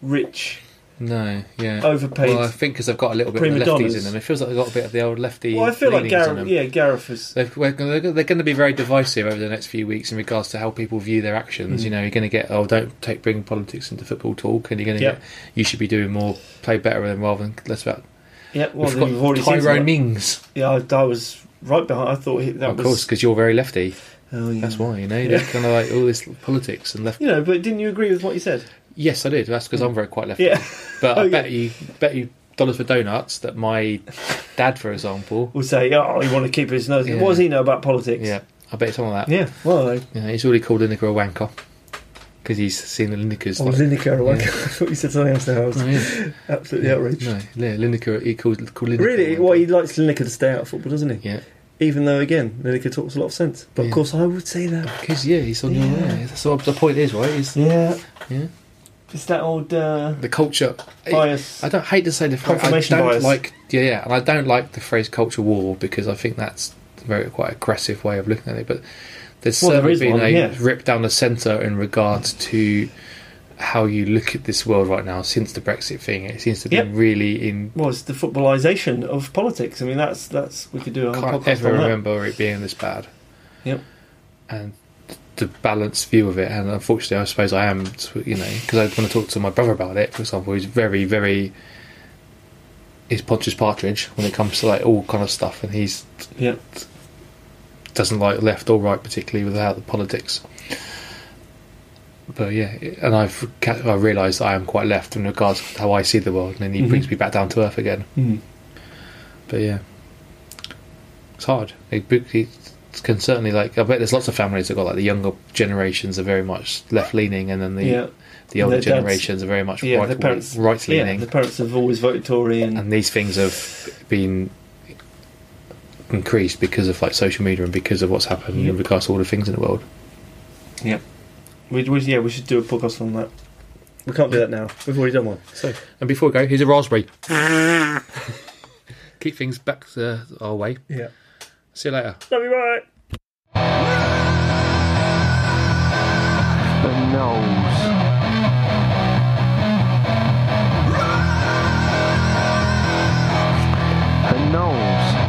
B: rich,
A: No, yeah.
B: overpaid.
A: Well, I think because they've got a little bit
B: Prima
A: of the lefties
B: donnas.
A: in them. It feels like they've got a bit of the old lefty.
B: well, I feel like
A: leanings in
B: Gareth.
A: them.
B: Yeah, Gareth is.
A: They've, we're gonna, they're going to be very divisive over the next few weeks in regards to how people view their
B: Mm.
A: actions. You know, you're going to get oh, don't take bring politics into football talk, and you're going to
B: Yeah.
A: get you should be doing more, play better than rather than less about.
B: Yeah, well,
A: We've got
B: we've already seen.
A: Tyrone
B: that.
A: Mings,
B: Yeah, I, I was right behind. I thought he, that
A: of
B: was.
A: course, because you're very lefty.
B: Oh, yeah.
A: That's why you know
B: Yeah.
A: they're kind of like all this politics and left.
B: You know, but didn't you agree with what you said?
A: Yes, I did. That's because I'm very quite lefty.
B: Yeah.
A: But
B: Oh,
A: I
B: (laughs) yeah.
A: bet you bet you dollars for donuts that my dad, for example,
B: Would say, oh, you want to keep his nose.
A: Yeah.
B: What does he know about politics?
A: yeah, I bet it's on that.
B: Yeah. Well, I-
A: You know, he's already called Lineker a wanker because he's seen the Linekers.
B: Oh,
A: like-
B: Lineker.
A: Yeah.
B: I (laughs) thought you said something else there. I was
A: Oh, yeah.
B: (laughs) absolutely outraged.
A: No, yeah, Lineker, he called, called Lineker.
B: Really?
A: one
B: Well,
A: guy.
B: he likes Lineker to stay out of football, doesn't he?
A: Yeah,
B: Even though, again, Lineker talks a lot of sense. But
A: Yeah.
B: of course, I would say that.
A: because yeah, he's on your
B: Yeah.
A: way. That's what the point is, right? Is
B: Yeah.
A: Yeah.
B: It's that old uh,
A: the culture. I,
B: bias.
A: I don't hate to say the phrase. I
B: Confirmation
A: don't
B: bias.
A: like. Yeah, yeah, and I don't like the phrase culture war because I think that's a very quite aggressive way of looking at it. But there's
B: Well, there
A: certainly
B: is
A: been
B: one,
A: a
B: yeah.
A: rip down the centre in regards to how you look at this world right now since the Brexit thing. It seems to be
B: Yep.
A: really in
B: was the footballisation of politics. I mean, that's that's we could do a whole
A: can't
B: podcast
A: ever
B: on that.
A: remember it being this bad.
B: Yep.
A: And the balanced view of it, and unfortunately, I suppose I am, you know, because I want to talk to my brother about it, for example, who's very, very. He's Pontius Partridge when it comes to like all kind of stuff, and he's
B: Yeah.
A: doesn't like left or right particularly without the politics. But yeah, it- and I've ca- I realised I am quite left in regards to how I see the world, and then he
B: Mhm.
A: brings me back down to earth again.
B: Mm.
A: But yeah, it's hard. It, it can certainly like I bet there's lots of families that got like the younger generations are very much left leaning, and then the
B: yeah.
A: the
B: And
A: older
B: their dads-
A: generations are very much
B: yeah, their
A: right
B: parents-
A: right
B: Yeah.
A: leaning,
B: The parents have always voted Tory, and,
A: and these things have been increased because of like social media and because of what's happened in
B: Yep.
A: regards to all the things in the world.
B: we, we, yeah, we should do a podcast on that. We can't do that now. We've already done one.
A: So, and before we go, here's a
B: (laughs)
A: raspberry. Keep things back uh, our way.
B: Yeah.
A: See you later.
B: Love you, bye.
E: the nose. The nose.